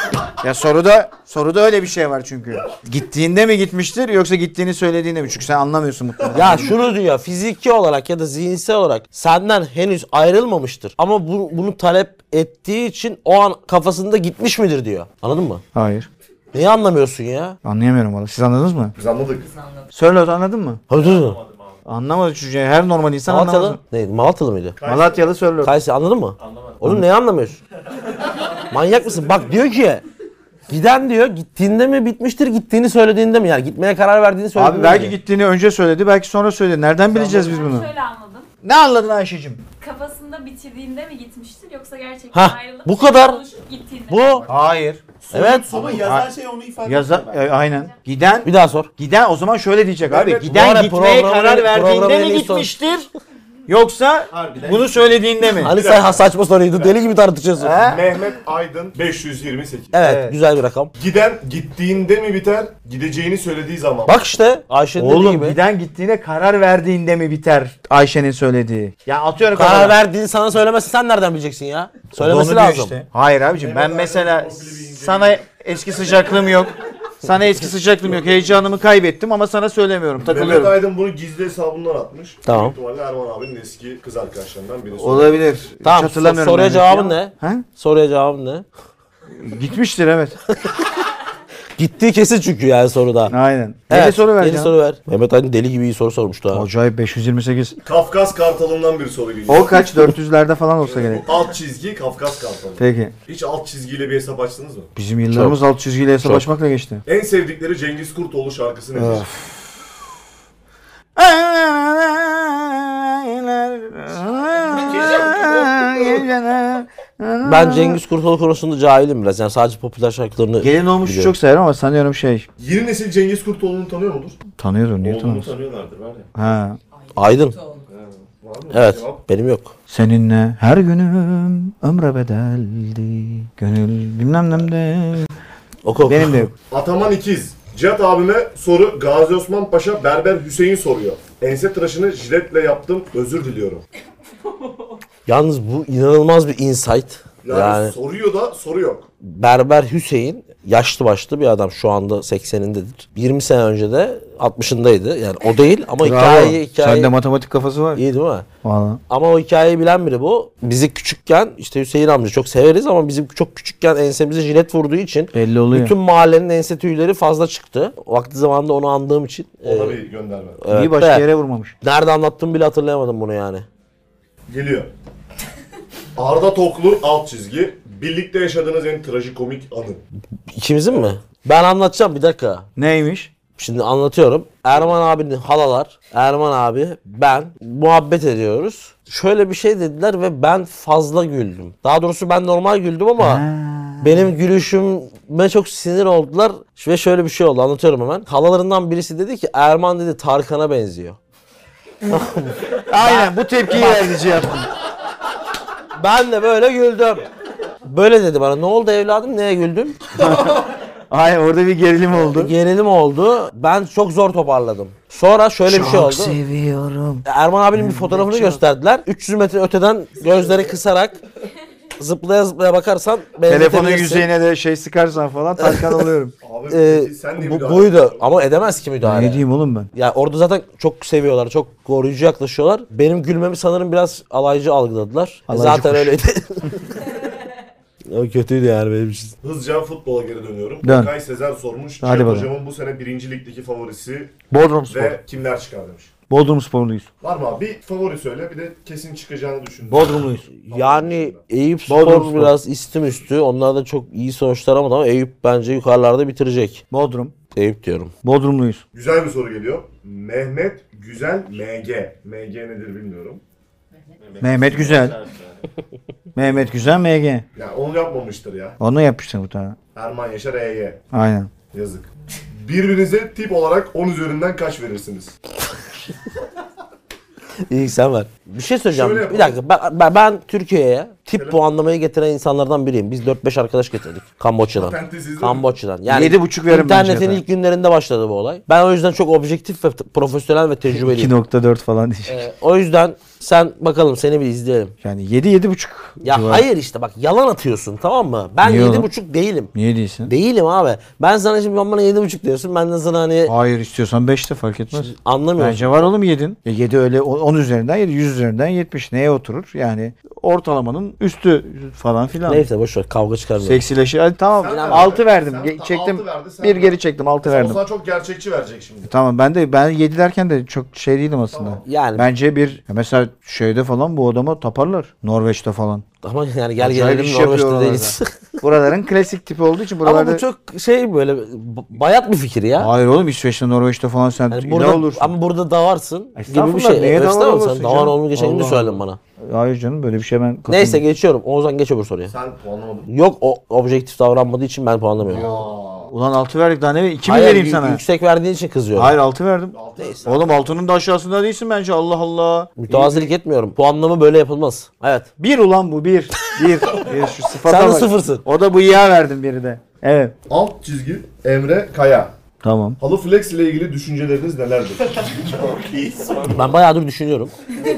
S2: ya soruda soruda öyle bir şey var çünkü. Gittiğinde mi gitmiştir yoksa gittiğini söylediğinde mi? Çünkü sen anlamıyorsun muhtemelen.
S1: Ya şunu diyor fiziki olarak ya da zihinsel olarak senden henüz ayrılmamıştır. Ama bu, bunu talep ettiği için o an kafasında gitmiş midir diyor. Anladın mı?
S2: Hayır.
S1: Neyi anlamıyorsun ya?
S2: Anlayamıyorum valla. Siz anladınız mı?
S3: Biz anladık.
S2: Söyle anladın mı?
S1: Hadi dur.
S2: Anlamadı çünkü her normal insan anlamaz.
S1: Malatyalı.
S2: mı?
S1: Neydi? Malatyalı mıydı?
S2: Malatyalı söyle.
S1: Kayseri anladın mı? Anlamadım. Oğlum neyi anlamıyorsun? Manyak mısın? Bak diyor ki giden diyor gittiğinde mi bitmiştir gittiğini söylediğinde mi? Yani gitmeye karar verdiğini söylediğinde
S2: Abi belki
S1: mi?
S2: gittiğini önce söyledi, belki sonra söyledi. Nereden bileceğiz biz bunu?
S8: Şöyle anladım.
S2: Ne anladın Ayşe'cim?
S8: Kafasında bitirdiğinde mi gitmiştir yoksa gerçekten
S1: Hah,
S8: ayrılıp
S1: bu kadar.
S8: konuşup gittiğinde mi?
S1: Bu
S2: Hayır.
S1: evet.
S6: Ama yazan şey onu ifade
S2: Yaza
S6: etmiyor.
S2: e, aynen. Giden
S1: Bir daha sor.
S2: giden o zaman şöyle diyecek abi.
S3: Evet,
S1: bu ara
S2: Giden gitmeye
S1: programı-
S2: karar
S1: programı
S2: verdiğinde mi
S1: en iyi son.
S2: gitmiştir? Yoksa
S6: Harbiden.
S2: bunu söylediğinde mi?
S1: Hani sen ha- saçma soruydu. Deli gibi tartışıyorsun.
S2: He?
S3: Mehmet Aydın 528.
S1: Evet,
S2: Evet.
S1: güzel bir rakam.
S3: Giden gittiğinde mi biter, gideceğini söylediği zaman.
S1: Bak işte Ayşe'nin dediği
S2: Oğlum
S1: gibi.
S2: giden gittiğine karar verdiğinde mi biter Ayşe'nin söylediği? Ya atıyorum
S1: Karar verdiğini sana söylemesi sen nereden bileceksin ya? Söylemesi
S2: Onu diyor
S1: lazım.
S2: işte. Hayır abicim ben mesela sana eski sıcaklığım yok. Sana eski sıcaklığım yok. Heyecanımı kaybettim ama sana söylemiyorum.
S3: Mehmet
S2: Takılıyorum.
S3: Aydın bunu gizli hesabından atmış.
S1: Tamam.
S3: Büyük ihtimalle Erman abinin eski kız arkadaşlarından biri.
S2: Olabilir.
S1: Tamam.
S2: Hiç hatırlamıyorum
S1: sor- soruya
S2: ben.
S1: cevabın ne?
S2: Ha?
S1: Soruya cevabın ne?
S2: Gitmiştir evet.
S1: Gittiği kesin çünkü yani soruda.
S2: Aynen.
S1: Evet,
S2: Yeni soru ver
S1: yeni
S2: ya.
S1: soru ver. Mehmet Ali deli gibi iyi soru sormuştu ha.
S2: Acayip 528.
S3: Kafkas Kartalı'ndan bir soru geliyor.
S2: O kaç 400'lerde falan olsa gerek.
S3: Alt çizgi Kafkas Kartalı.
S2: Peki.
S3: Hiç alt çizgiyle bir hesap açtınız mı?
S2: Bizim yıllarımız alt çizgiyle hesaplaşmakla geçti.
S3: En sevdikleri Cengiz Kurtoğlu şarkısı nedir?
S1: Ben Cengiz Kurtoğlu konusunda cahilim biraz. Yani sadece popüler şarkılarını
S2: Gelin olmuş
S1: biliyorum.
S2: çok severim ama sanıyorum şey
S3: Yeni nesil Cengiz Kurtoğlu'nu tanıyor mudur?
S2: tanıyorum niye
S6: Oğlumu
S2: tanımıyorsun?
S6: tanıyorlardır var ya.
S2: Ha.
S1: Aydın.
S4: Oldu.
S1: Evet. Benim yok.
S2: Seninle her günüm ömre bedeldi. Gönül bilmem nemde.
S1: Oku oku.
S2: Benim de yok.
S3: Ataman İkiz. Cihat abime soru Gazi Osman Paşa Berber Hüseyin soruyor. Ense tıraşını jiletle yaptım özür diliyorum.
S1: Yalnız bu inanılmaz bir insight.
S3: Yani,
S1: yani
S3: soruyor da soru yok.
S1: Berber Hüseyin yaşlı başlı bir adam şu anda 80'indedir. 20 sene önce de 60'ındaydı. Yani o değil ama hikaye hikaye.
S2: Sende matematik kafası var.
S1: İyi değil mi?
S2: Valla.
S1: Ama o hikayeyi bilen biri bu. Bizi küçükken işte Hüseyin amca çok severiz ama bizim çok küçükken ensemize jilet vurduğu için
S2: Belli oluyor.
S1: bütün mahallenin ense tüyleri fazla çıktı. Vakti zamanında onu andığım için.
S3: Ona
S1: e,
S3: bir gönderme.
S1: evet
S2: İyi başka
S1: de,
S2: yere vurmamış.
S1: Nerede anlattığımı bile hatırlayamadım bunu yani.
S3: Geliyor. Arda Toklu alt çizgi. Birlikte yaşadığınız en trajikomik anı.
S1: İkimizin mi? Ben anlatacağım bir dakika.
S2: Neymiş?
S1: Şimdi anlatıyorum. Erman abinin halalar, Erman abi, ben muhabbet ediyoruz. Şöyle bir şey dediler ve ben fazla güldüm. Daha doğrusu ben normal güldüm ama benim gülüşüme çok sinir oldular. Ve şöyle bir şey oldu anlatıyorum hemen. Halalarından birisi dedi ki Erman dedi Tarkan'a benziyor.
S2: Aynen bu tepkiyi verdi Cihat.
S1: Ben de böyle güldüm. Böyle dedi bana ne oldu evladım neye güldün?
S2: Aynen orada bir gerilim oldu.
S1: Gerilim oldu. Ben çok zor toparladım. Sonra şöyle bir şey oldu.
S2: seviyorum.
S1: Erman abinin bir fotoğrafını gösterdiler. 300 metre öteden gözleri kısarak zıplaya zıplaya bakarsan
S2: Telefonun
S1: benzetebilirsin.
S2: yüzeyine de şey sıkarsan falan Tarkan oluyorum.
S3: Abi
S1: Ee,
S3: peki sen niye
S1: bu,
S3: müdahale
S1: buydu
S3: ediyorsun?
S1: ama edemez ki müdahale.
S2: ne diyeyim oğlum ben?
S1: Ya orada zaten çok seviyorlar, çok koruyucu yaklaşıyorlar. Benim gülmemi sanırım biraz alaycı algıladılar. E,
S2: Alaycı
S1: zaten
S2: kuş.
S1: öyleydi. o kötüydü yani benim için.
S3: Hızlıca futbola geri dönüyorum.
S2: Dön.
S3: Kay Sezer sormuş.
S2: Hadi
S3: Cihat
S2: bakalım.
S3: hocamın bu sene birinci ligdeki favorisi
S2: Bodrum Spor.
S3: ve kimler çıkar demiş.
S2: Bodrum Sporluyuz.
S3: Var mı abi? Bir favori söyle bir de kesin çıkacağını düşün.
S2: Bodrumluyuz.
S1: Yani Eyüp
S2: Bodrum
S1: Spor
S2: Spor.
S1: biraz istim üstü. Onlar da çok iyi sonuçlar alamadı ama Eyüp bence yukarılarda bitirecek.
S2: Bodrum.
S1: Eyüp diyorum.
S2: Bodrumluyuz.
S3: Güzel bir soru geliyor. Mehmet Güzel MG. MG nedir bilmiyorum.
S2: Mehmet Güzel. Mehmet Güzel MG.
S3: Ya onu yapmamıştır ya.
S2: Onu yapmışlar bu tane.
S3: Erman Yaşar EY.
S2: Aynen.
S3: Yazık. Birbirinize tip olarak 10 üzerinden kaç verirsiniz?
S1: İyi sen ver. Bir şey söyleyeceğim.
S3: Şöyle
S1: bir
S3: yapalım.
S1: dakika. Ben, ben, ben Türkiye'ye tip puanlamayı getiren insanlardan biriyim. Biz 4-5 arkadaş getirdik Kamboçya'dan.
S3: Patenti sizde mi?
S1: Kamboçya'dan.
S2: Yedi buçuk verin bence
S1: İnternetin
S2: de.
S1: ilk günlerinde başladı bu olay. Ben o yüzden çok objektif ve t- profesyonel ve tecrübeliyim.
S2: 2.4 falan diyecek.
S1: Ee, o yüzden sen bakalım seni bir izleyelim.
S2: Yani 7 7.5.
S1: Ya
S2: civarı.
S1: hayır işte bak yalan atıyorsun tamam mı? Ben
S2: Niye
S1: yedi
S2: lan?
S1: buçuk değilim.
S2: Niye değilsin?
S1: Değilim abi. Ben sana şimdi ben bana yedi buçuk diyorsun. Ben de sana hani
S2: Hayır istiyorsan 5 de fark etmez.
S1: anlamıyorum.
S2: Bence var oğlum 7'in. 7 öyle 10 üzerinden 7, 100 üzerinden 70 neye oturur? Yani ortalamanın üstü falan filan.
S1: Neyse boş ver kavga çıkarmayalım.
S2: Seksileşi. Hadi tamam.
S3: Sen
S2: 6 verdim.
S3: Sen-
S2: Ge-
S3: altı
S2: çektim.
S3: verdi, sen
S2: bir
S3: ver.
S2: geri çektim. 6
S3: Verdim.
S2: verdim.
S3: Olsan çok gerçekçi verecek şimdi.
S2: Tamam ben de ben 7 derken de çok şey değilim aslında.
S1: Yani
S2: Bence bir ya mesela şeyde falan bu adama taparlar. Norveç'te falan.
S1: ama yani gel
S2: Acayip şey
S1: gelelim
S2: iş yapıyor
S1: Norveç'te
S2: oralarda.
S1: değiliz.
S2: Buraların klasik tipi olduğu için
S1: Ama
S2: buralarda...
S1: bu çok şey böyle b- bayat bir fikir ya.
S2: Hayır oğlum İsveç'te Norveç'te falan sen
S1: Yani
S2: ne
S1: burada,
S2: olursun?
S1: Ama burada davarsın gibi bir
S2: Estağfurullah,
S1: şey.
S2: neye
S1: Evet,
S2: davar
S1: istemem sen.
S2: olursun
S1: Davar
S2: canım?
S1: olduğunu geçen gün de
S2: Allah
S1: söyledin bana.
S2: Hayır canım böyle bir şey ben katılmıyorum.
S1: Neyse geçiyorum. Oğuzhan geç öbür soruya.
S3: Sen puanlamadın.
S1: Yok o objektif davranmadığı için ben puanlamıyorum.
S2: Ulan 6 verdik daha ne 2 mi
S1: Hayır,
S2: vereyim
S1: yü-
S2: sana?
S1: Yüksek verdiğin için kızıyorum.
S2: Hayır 6 verdim.
S3: Neyse.
S2: Oğlum 6'nın da aşağısında değilsin bence Allah Allah.
S1: Mütevazilik etmiyorum. Puanlama böyle yapılmaz. Evet.
S2: Bir ulan bu bir. Bir. bir şu sıfata
S1: Sen de
S2: bak.
S1: sıfırsın.
S2: O da bu ya verdim biri de. Evet.
S3: Alt çizgi Emre Kaya.
S2: Tamam.
S3: Halı flex ile ilgili düşünceleriniz nelerdir?
S1: Ben bayağıdır düşünüyorum.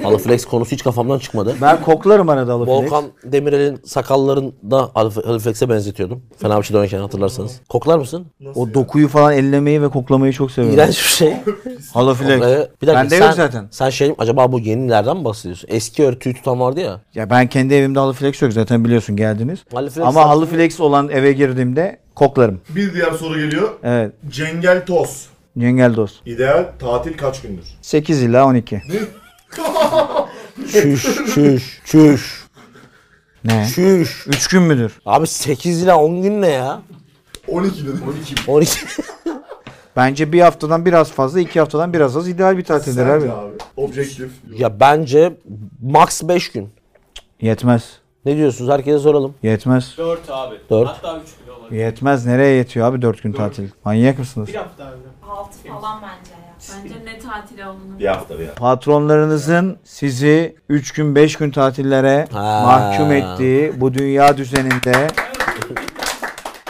S1: Aliflex konusu hiç kafamdan çıkmadı.
S2: Ben koklarım arada alıp.
S1: Volkan Demirel'in sakallarında Aliflex'e benzetiyordum. Fena bir şey oynarken hatırlarsanız. Koklar mısın?
S2: O dokuyu falan ellemeyi ve koklamayı çok seviyorum.
S1: İğrenç bir şey.
S2: Halofilek.
S1: Ee, bir dakika,
S2: Bende
S1: sen,
S2: yok zaten.
S1: Sen şey acaba bu yenilerden mi bahsediyorsun? Eski örtüyü tutan vardı ya.
S2: Ya ben kendi evimde halofilek yok zaten biliyorsun geldiniz.
S1: Haliflex
S2: Ama halofilek olan eve girdiğimde koklarım.
S3: Bir diğer soru geliyor.
S2: Evet.
S3: Cengel toz.
S2: Cengel dost.
S3: İdeal tatil kaç gündür?
S2: 8 ila 12.
S1: Çüş çüş çüş
S2: Ne?
S1: çüş.
S2: 3 gün müdür?
S1: Abi 8 ila 10 gün ne ya?
S3: 12 dedim. 12.
S1: 12.
S2: Bence bir haftadan biraz fazla, iki haftadan biraz az ideal bir tatildir abi.
S3: abi. Objektif.
S1: ya bence max 5 gün.
S2: Yetmez.
S1: Ne diyorsunuz? Herkese soralım.
S2: Yetmez.
S9: 4 abi.
S1: 4.
S9: Hatta 3 bile olabilir.
S2: Yetmez. Nereye yetiyor abi 4 gün tatil? Manyak mısınız?
S9: Bir hafta abi.
S8: Altı falan bence ya. Bence ne tatile olunur.
S6: Bir hafta bir hafta.
S2: Patronlarınızın sizi 3 gün 5 gün tatillere
S1: Ha.
S2: mahkum ettiği bu dünya düzeninde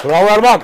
S1: Bravo Erman.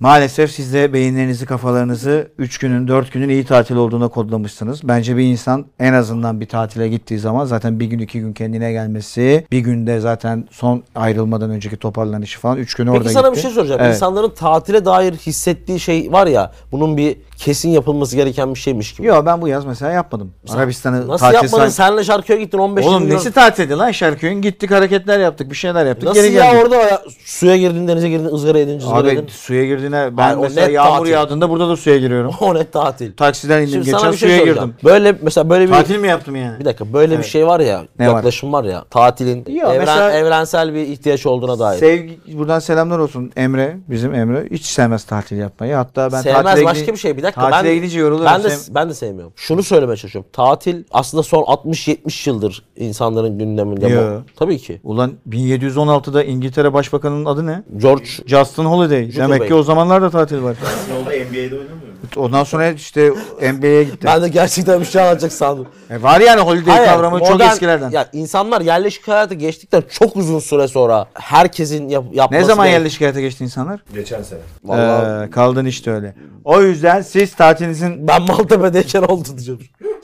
S2: Maalesef siz de beyinlerinizi kafalarınızı 3 günün 4 günün iyi tatil olduğuna kodlamışsınız. Bence bir insan en azından bir tatile gittiği zaman zaten bir gün iki gün kendine gelmesi bir günde zaten son ayrılmadan önceki toparlanışı falan 3 gün orada
S1: Peki sana bir
S2: gitti.
S1: şey soracağım.
S2: Evet.
S1: İnsanların tatile dair hissettiği şey var ya bunun bir kesin yapılması gereken bir şeymiş gibi.
S2: Yo ben bu yaz mesela yapmadım. Arabistan'ı
S1: Nasıl
S2: tatil
S1: yapmadın?
S2: san-
S1: Senle şarkıya gittin 15
S2: Oğlum
S1: gün.
S2: nesi tatildi lan Şarköy'ün? Gittik hareketler yaptık bir şeyler yaptık
S1: Nasıl
S2: geri
S1: ya
S2: geldik.
S1: orada ya- suya girdin, denize girdin, ızgara yedin, cızgara
S2: Abi
S1: yedin.
S2: suya girdiğine ben
S1: Hayır, o
S2: mesela
S1: net
S2: yağmur
S1: tatil.
S2: yağdığında burada da suya giriyorum.
S1: O ne tatil.
S2: Taksiden indim
S1: Şimdi
S2: geçen
S1: sana bir şey
S2: suya
S1: soracağım.
S2: girdim.
S1: Böyle mesela böyle bir
S2: Tatil mi yaptım yani?
S1: Bir dakika böyle bir şey var ya
S2: Ne var?
S1: yaklaşım var? ya tatilin
S2: Ya
S1: evren-
S2: mesela-
S1: evrensel bir ihtiyaç olduğuna dair.
S2: Sevgi buradan selamlar olsun Emre, bizim Emre. Hiç sevmez tatil yapmayı. Hatta ben
S1: Sevmez
S2: tatile
S1: başka
S2: gidi-
S1: bir şey bir dakika
S2: tatile
S1: ben
S2: gidince yoruluyorum.
S1: ben de
S2: Sev-
S1: ben de sevmiyorum. Şunu söylemeye çalışıyorum. Tatil aslında son 60-70 yıldır insanların gündeminde
S2: Yo.
S1: bu. Tabii ki.
S2: Ulan 1716'da İngiltere Başbakanı'nın adı ne?
S1: George
S2: Justin Holiday. Demek
S1: Bey.
S2: ki o zamanlar da tatil var.
S6: Ne oldu NBA'de oynamıyor mu?
S2: Ondan sonra işte NBA'ye gitti.
S1: ben de gerçekten bir şey anlatacak sandım.
S2: E var yani Holiday
S1: Hayır,
S2: kavramı çok
S1: modern-
S2: eskilerden.
S1: Ya insanlar yerleşik hayata geçtikten çok uzun süre sonra herkesin yap, yapması
S2: ne zaman
S1: gerek-
S2: yerleşik hayata geçti insanlar?
S6: Geçen sene.
S1: Vallahi
S2: Ee, kaldın işte öyle. O yüzden siz tatilinizin
S1: ben Maltepe'deyken oldu diyeceğim.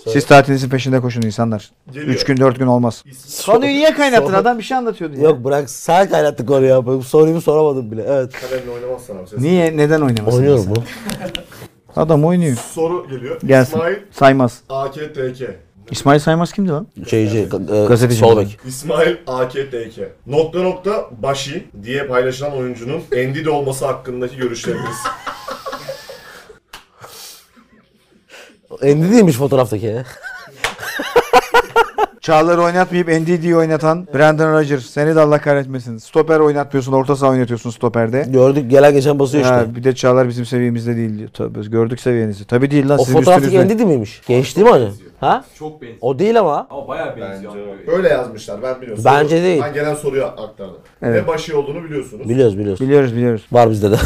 S2: siz tatilinizin peşinde koşun insanlar.
S3: Geliyor.
S2: 3 gün 4 gün olmaz. Konuyu niye kaynattın? Adam bir şey anlatıyordu ya.
S1: Yok bırak sen kaynattık onu ya. Bu soruyu soramadım bile. Evet.
S3: Kalemle oynamazsan abi. Ses.
S2: Niye? Neden oynamasın?
S1: Oynuyorum bunu.
S2: Adam oynuyor.
S3: Soru geliyor.
S2: Gelsin.
S3: İsmail
S2: Saymaz.
S3: AKTK.
S2: İsmail Saymaz kimdi lan?
S1: Şeyci, e,
S2: Gazeteci.
S1: sol bek.
S3: İsmail AKTK. Nokta nokta Başi diye paylaşılan oyuncunun Endide olması hakkındaki görüşleriniz.
S1: Endi değilmiş fotoğraftaki. ya.
S2: Çağlar'ı oynatmayıp NDD'yi oynatan Brandon Rodgers. Seni de Allah kahretmesin. Stoper oynatmıyorsun, orta saha oynatıyorsun stoperde.
S1: Gördük gelen geçen basıyor işte.
S2: Ya bir de Çağlar bizim seviyemizde değil diyor. Tabii gördük seviyenizi. Tabii değil lan
S1: o
S2: sizin
S1: fotoğraftaki
S2: üstünüzde.
S1: endi değil miymiş? Genç değil mi hani? Ha?
S9: Çok benziyor.
S1: O değil ama.
S9: Ama bayağı benziyor.
S6: Bence o.
S3: Öyle yazmışlar ben biliyorum.
S1: Bence
S3: Soru-
S1: değil.
S3: Ben gelen soruyu aktardım.
S2: Evet.
S3: Ve Başi olduğunu biliyorsunuz.
S1: Biliyoruz biliyoruz.
S2: Biliyoruz biliyoruz.
S1: Var bizde de.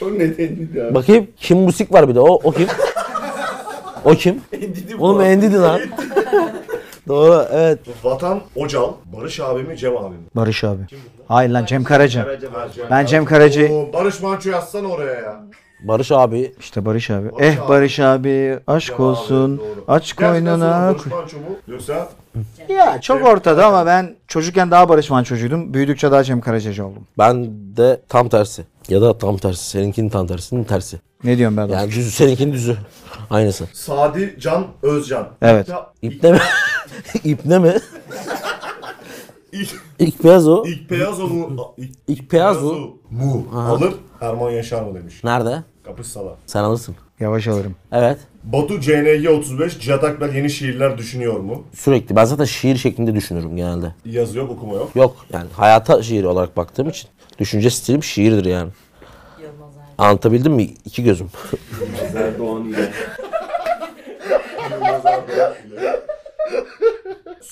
S3: Kör nedeni ya.
S1: Bakayım kim musik var bir de. O, o kim? o kim? Oğlum endidi lan. Doğru evet.
S3: Vatan Ocal, Barış abi mi Cem abi mi?
S2: Barış abi. Hayır lan Cem Karaca.
S6: Karaca.
S2: Ben Cem Karaca.
S3: Oo, Barış Manço yazsana oraya ya.
S1: Barış abi.
S2: İşte Barış abi.
S3: Barış
S2: eh
S3: abi.
S2: Barış abi aşk
S3: Cem abi,
S2: olsun.
S3: doğru.
S2: Aç
S3: Gerçekten
S2: koynuna.
S3: sorun Barış Manço mu? Yoksa
S2: Ya çok ortada ama ben çocukken daha Barış Man çocuğuydum. Büyüdükçe daha Cem Karacacı oldum.
S1: Ben de tam tersi. Ya da tam tersi. Seninkinin tam tersinin tersi.
S2: Ne diyorum ben?
S1: Yani düzü seninkinin düzü. Aynısı.
S3: Sadi Can Özcan.
S2: Evet.
S3: Ya,
S1: İpne mi? İpne mi?
S3: İlk,
S1: İlk beyaz o.
S3: ilk Peyazo mu? İlk,
S1: İlk beyaz o.
S3: mu? Alır Erman Yaşar mı demiş.
S1: Nerede?
S3: Kapışsala.
S1: Sen alırsın.
S2: Yavaş alırım.
S1: Evet.
S3: Batu CNG 35 Cihat Akber yeni şiirler düşünüyor mu?
S1: Sürekli. Ben zaten şiir şeklinde düşünürüm genelde.
S3: Yazı yok okuma yok.
S1: Yok yani hayata şiir olarak baktığım için düşünce stilim şiirdir yani.
S4: Yılmaz Erdoğan.
S1: Anlatabildim mi? İki gözüm.
S6: Erdoğan ile.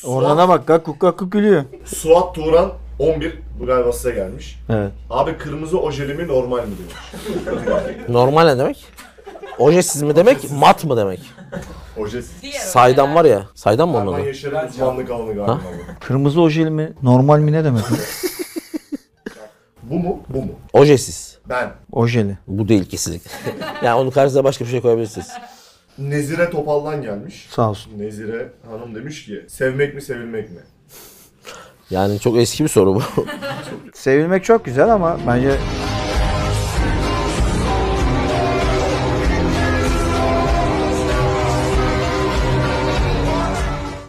S2: Orana bak kakuk kakuk gülüyor.
S3: Suat Turan 11 bu galiba size gelmiş.
S2: Evet.
S3: Abi kırmızı ojeli mi normal mi diyor.
S1: Normal ne demek? Ojesiz mi demek? Mat mı demek?
S3: Ojesiz.
S4: Diğer
S1: Saydam var ya. Saydam mı onun
S3: Erman
S1: adı?
S3: Yaşar'ın uzmanlık alanı galiba bu.
S2: Kırmızı ojeli mi? Normal mi ne demek?
S3: Bu mu? Bu mu?
S1: Ojesiz.
S3: Ben.
S2: Ojeli.
S1: Bu değil kesinlikle. yani onun karşısına başka bir şey koyabilirsiniz.
S3: Nezire Topal'dan gelmiş.
S2: Sağ olsun.
S3: Nezire Hanım demiş ki sevmek mi sevilmek mi?
S1: Yani çok eski bir soru bu.
S2: Sevilmek çok güzel ama bence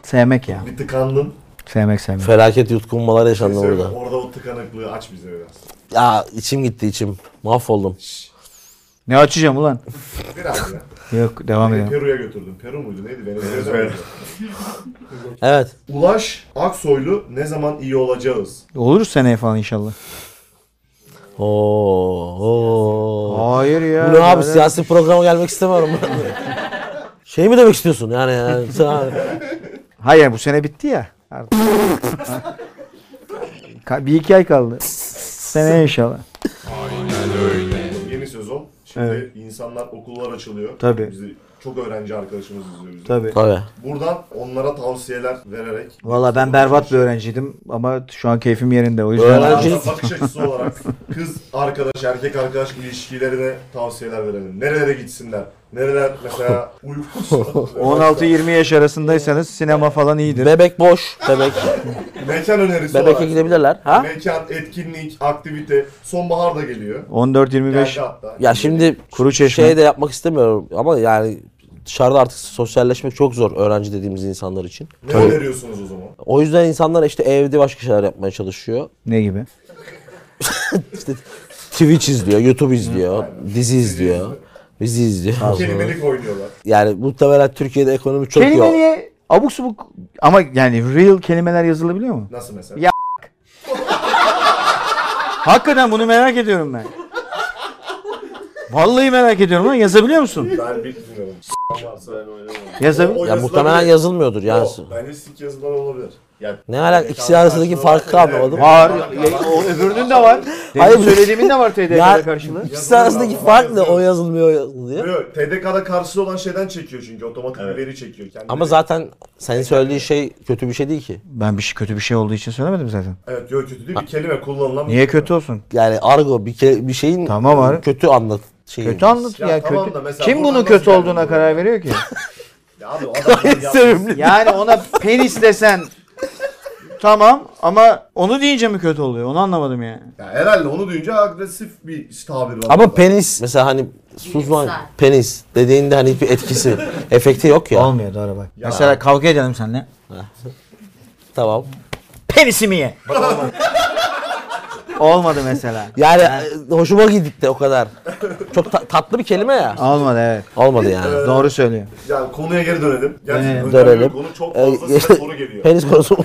S2: Sevmek ya.
S3: Bir tıkandın.
S2: Sevmek sevmek.
S1: Felaket yutkunmalar yaşandı
S3: Neyse,
S1: orada.
S3: orada o tıkanıklığı aç bize biraz.
S1: Ya içim gitti içim. Mahvoldum.
S2: Ne açacağım ulan?
S3: Biraz ya.
S2: Yok devam
S3: Beni
S2: edelim.
S3: Peru'ya götürdüm. Peru muydu neydi? Venezuela mıydı?
S1: Evet.
S3: Ulaş Aksoylu ne zaman iyi olacağız?
S2: Olur seneye falan inşallah.
S1: Oo. oo.
S2: Hayır ya.
S1: Bu ne abi siyasi programa gelmek istemiyorum ben. şey mi demek istiyorsun yani? yani sen-
S2: Hayır bu sene bitti ya. Artık. Ka- bir iki ay kaldı. Seneye inşallah.
S3: Yeni sezon. Şimdi insanlar okullar açılıyor.
S2: Tabii.
S3: Bizi çok öğrenci arkadaşımız izliyor bizi.
S2: Tabii.
S1: Tabii.
S3: Buradan onlara tavsiyeler vererek
S2: Valla ben berbat bir öğrenciydim ama şu an keyfim yerinde. O yüzden
S1: Öğrenci- Öğrencilik-
S3: bakış açısı olarak kız arkadaş, erkek arkadaş ilişkilerine tavsiyeler verelim. Nerelere gitsinler? Nereler mesela uykusuz?
S2: 16-20 yaş arasındaysanız sinema falan iyidir.
S1: Bebek boş. Bebek.
S3: Mekan önerisi
S1: Bebeke
S3: olarak.
S1: gidebilirler. Ha?
S3: Mekan, etkinlik, aktivite. Sonbahar da geliyor.
S2: 14-25
S3: Geldi hatta.
S1: Ya şimdi
S2: Kuru çeşme.
S1: şey de yapmak istemiyorum ama yani dışarıda artık sosyalleşmek çok zor öğrenci dediğimiz insanlar için.
S3: Ne öneriyorsunuz o zaman?
S1: O yüzden insanlar işte evde başka şeyler yapmaya çalışıyor.
S2: ne gibi?
S1: İşte Twitch izliyor, YouTube izliyor, dizi izliyor, bizi izliyor.
S3: Kelimelik oynuyorlar.
S1: Yani muhtemelen Türkiye'de ekonomi çok yok.
S2: Kelimeliğe abuk subuk ama yani real kelimeler yazılabiliyor mu?
S3: Nasıl mesela?
S2: Ya- Hakikaten bunu merak ediyorum ben. Vallahi merak ediyorum lan yazabiliyor musun?
S3: Ben bilmiyorum.
S6: Ben oynamam.
S2: Yazabiliyor.
S1: Ya muhtemelen yazılmıyordur yani.
S3: Yok, bence sik yazılar olabilir. Yani
S1: Ne alak ikisi arasındaki farkı anlamadım.
S2: Var. ya- O öbürünün de var.
S1: Hayır,
S2: Demin
S1: bu-
S2: söylediğimin de var TDK'da
S1: Ya-
S2: karşılığı.
S1: İkisi arasındaki fark ne? O yazılmıyor, o yazılıyor.
S3: Yok, TDK'da karşısında olan şeyden çekiyor çünkü otomatik bir veri çekiyor. Kendine.
S1: Ama zaten senin söylediğin şey kötü bir şey değil ki.
S2: Ben bir şey kötü bir şey olduğu için söylemedim zaten.
S3: Evet yok kötü değil bir kelime kullanılan bir
S2: Niye
S3: kelime.
S2: kötü olsun?
S1: Yani argo bir, ke- bir şeyin
S2: Tamam abi.
S1: kötü anlat şeyi.
S2: Kötü anlat ya,
S3: Ya tamam da
S2: kötü.
S3: mesela
S2: Kim
S3: buradan
S2: bunun
S3: nasıl
S2: kötü
S3: geldin
S2: olduğuna
S3: buraya?
S2: karar veriyor ki?
S3: Ya abi o adam bunu yapmış.
S2: yani ona penis desen tamam ama onu deyince mi kötü oluyor? Onu anlamadım yani.
S3: Ya herhalde onu duyunca agresif bir tabir var.
S1: Ama penis mesela hani Suzman
S4: Cinsel.
S1: penis dediğinde hani hiçbir etkisi, efekti yok ya.
S2: Olmuyor doğru bak. Mesela kavga edelim seninle.
S1: Tamam.
S2: Penisimi ye. Olmadı mesela.
S1: Yani e, hoşuma gitti de o kadar. Çok ta- tatlı bir kelime ya.
S2: Olmadı evet.
S1: Olmadı yani.
S2: Doğru söylüyor.
S3: Yani konuya geri dönelim.
S2: Ee,
S3: Gerçekten önemli
S1: dönelim.
S3: bir Konu çok
S1: Ee,
S3: fazla size soru geliyor.
S1: Penis konusu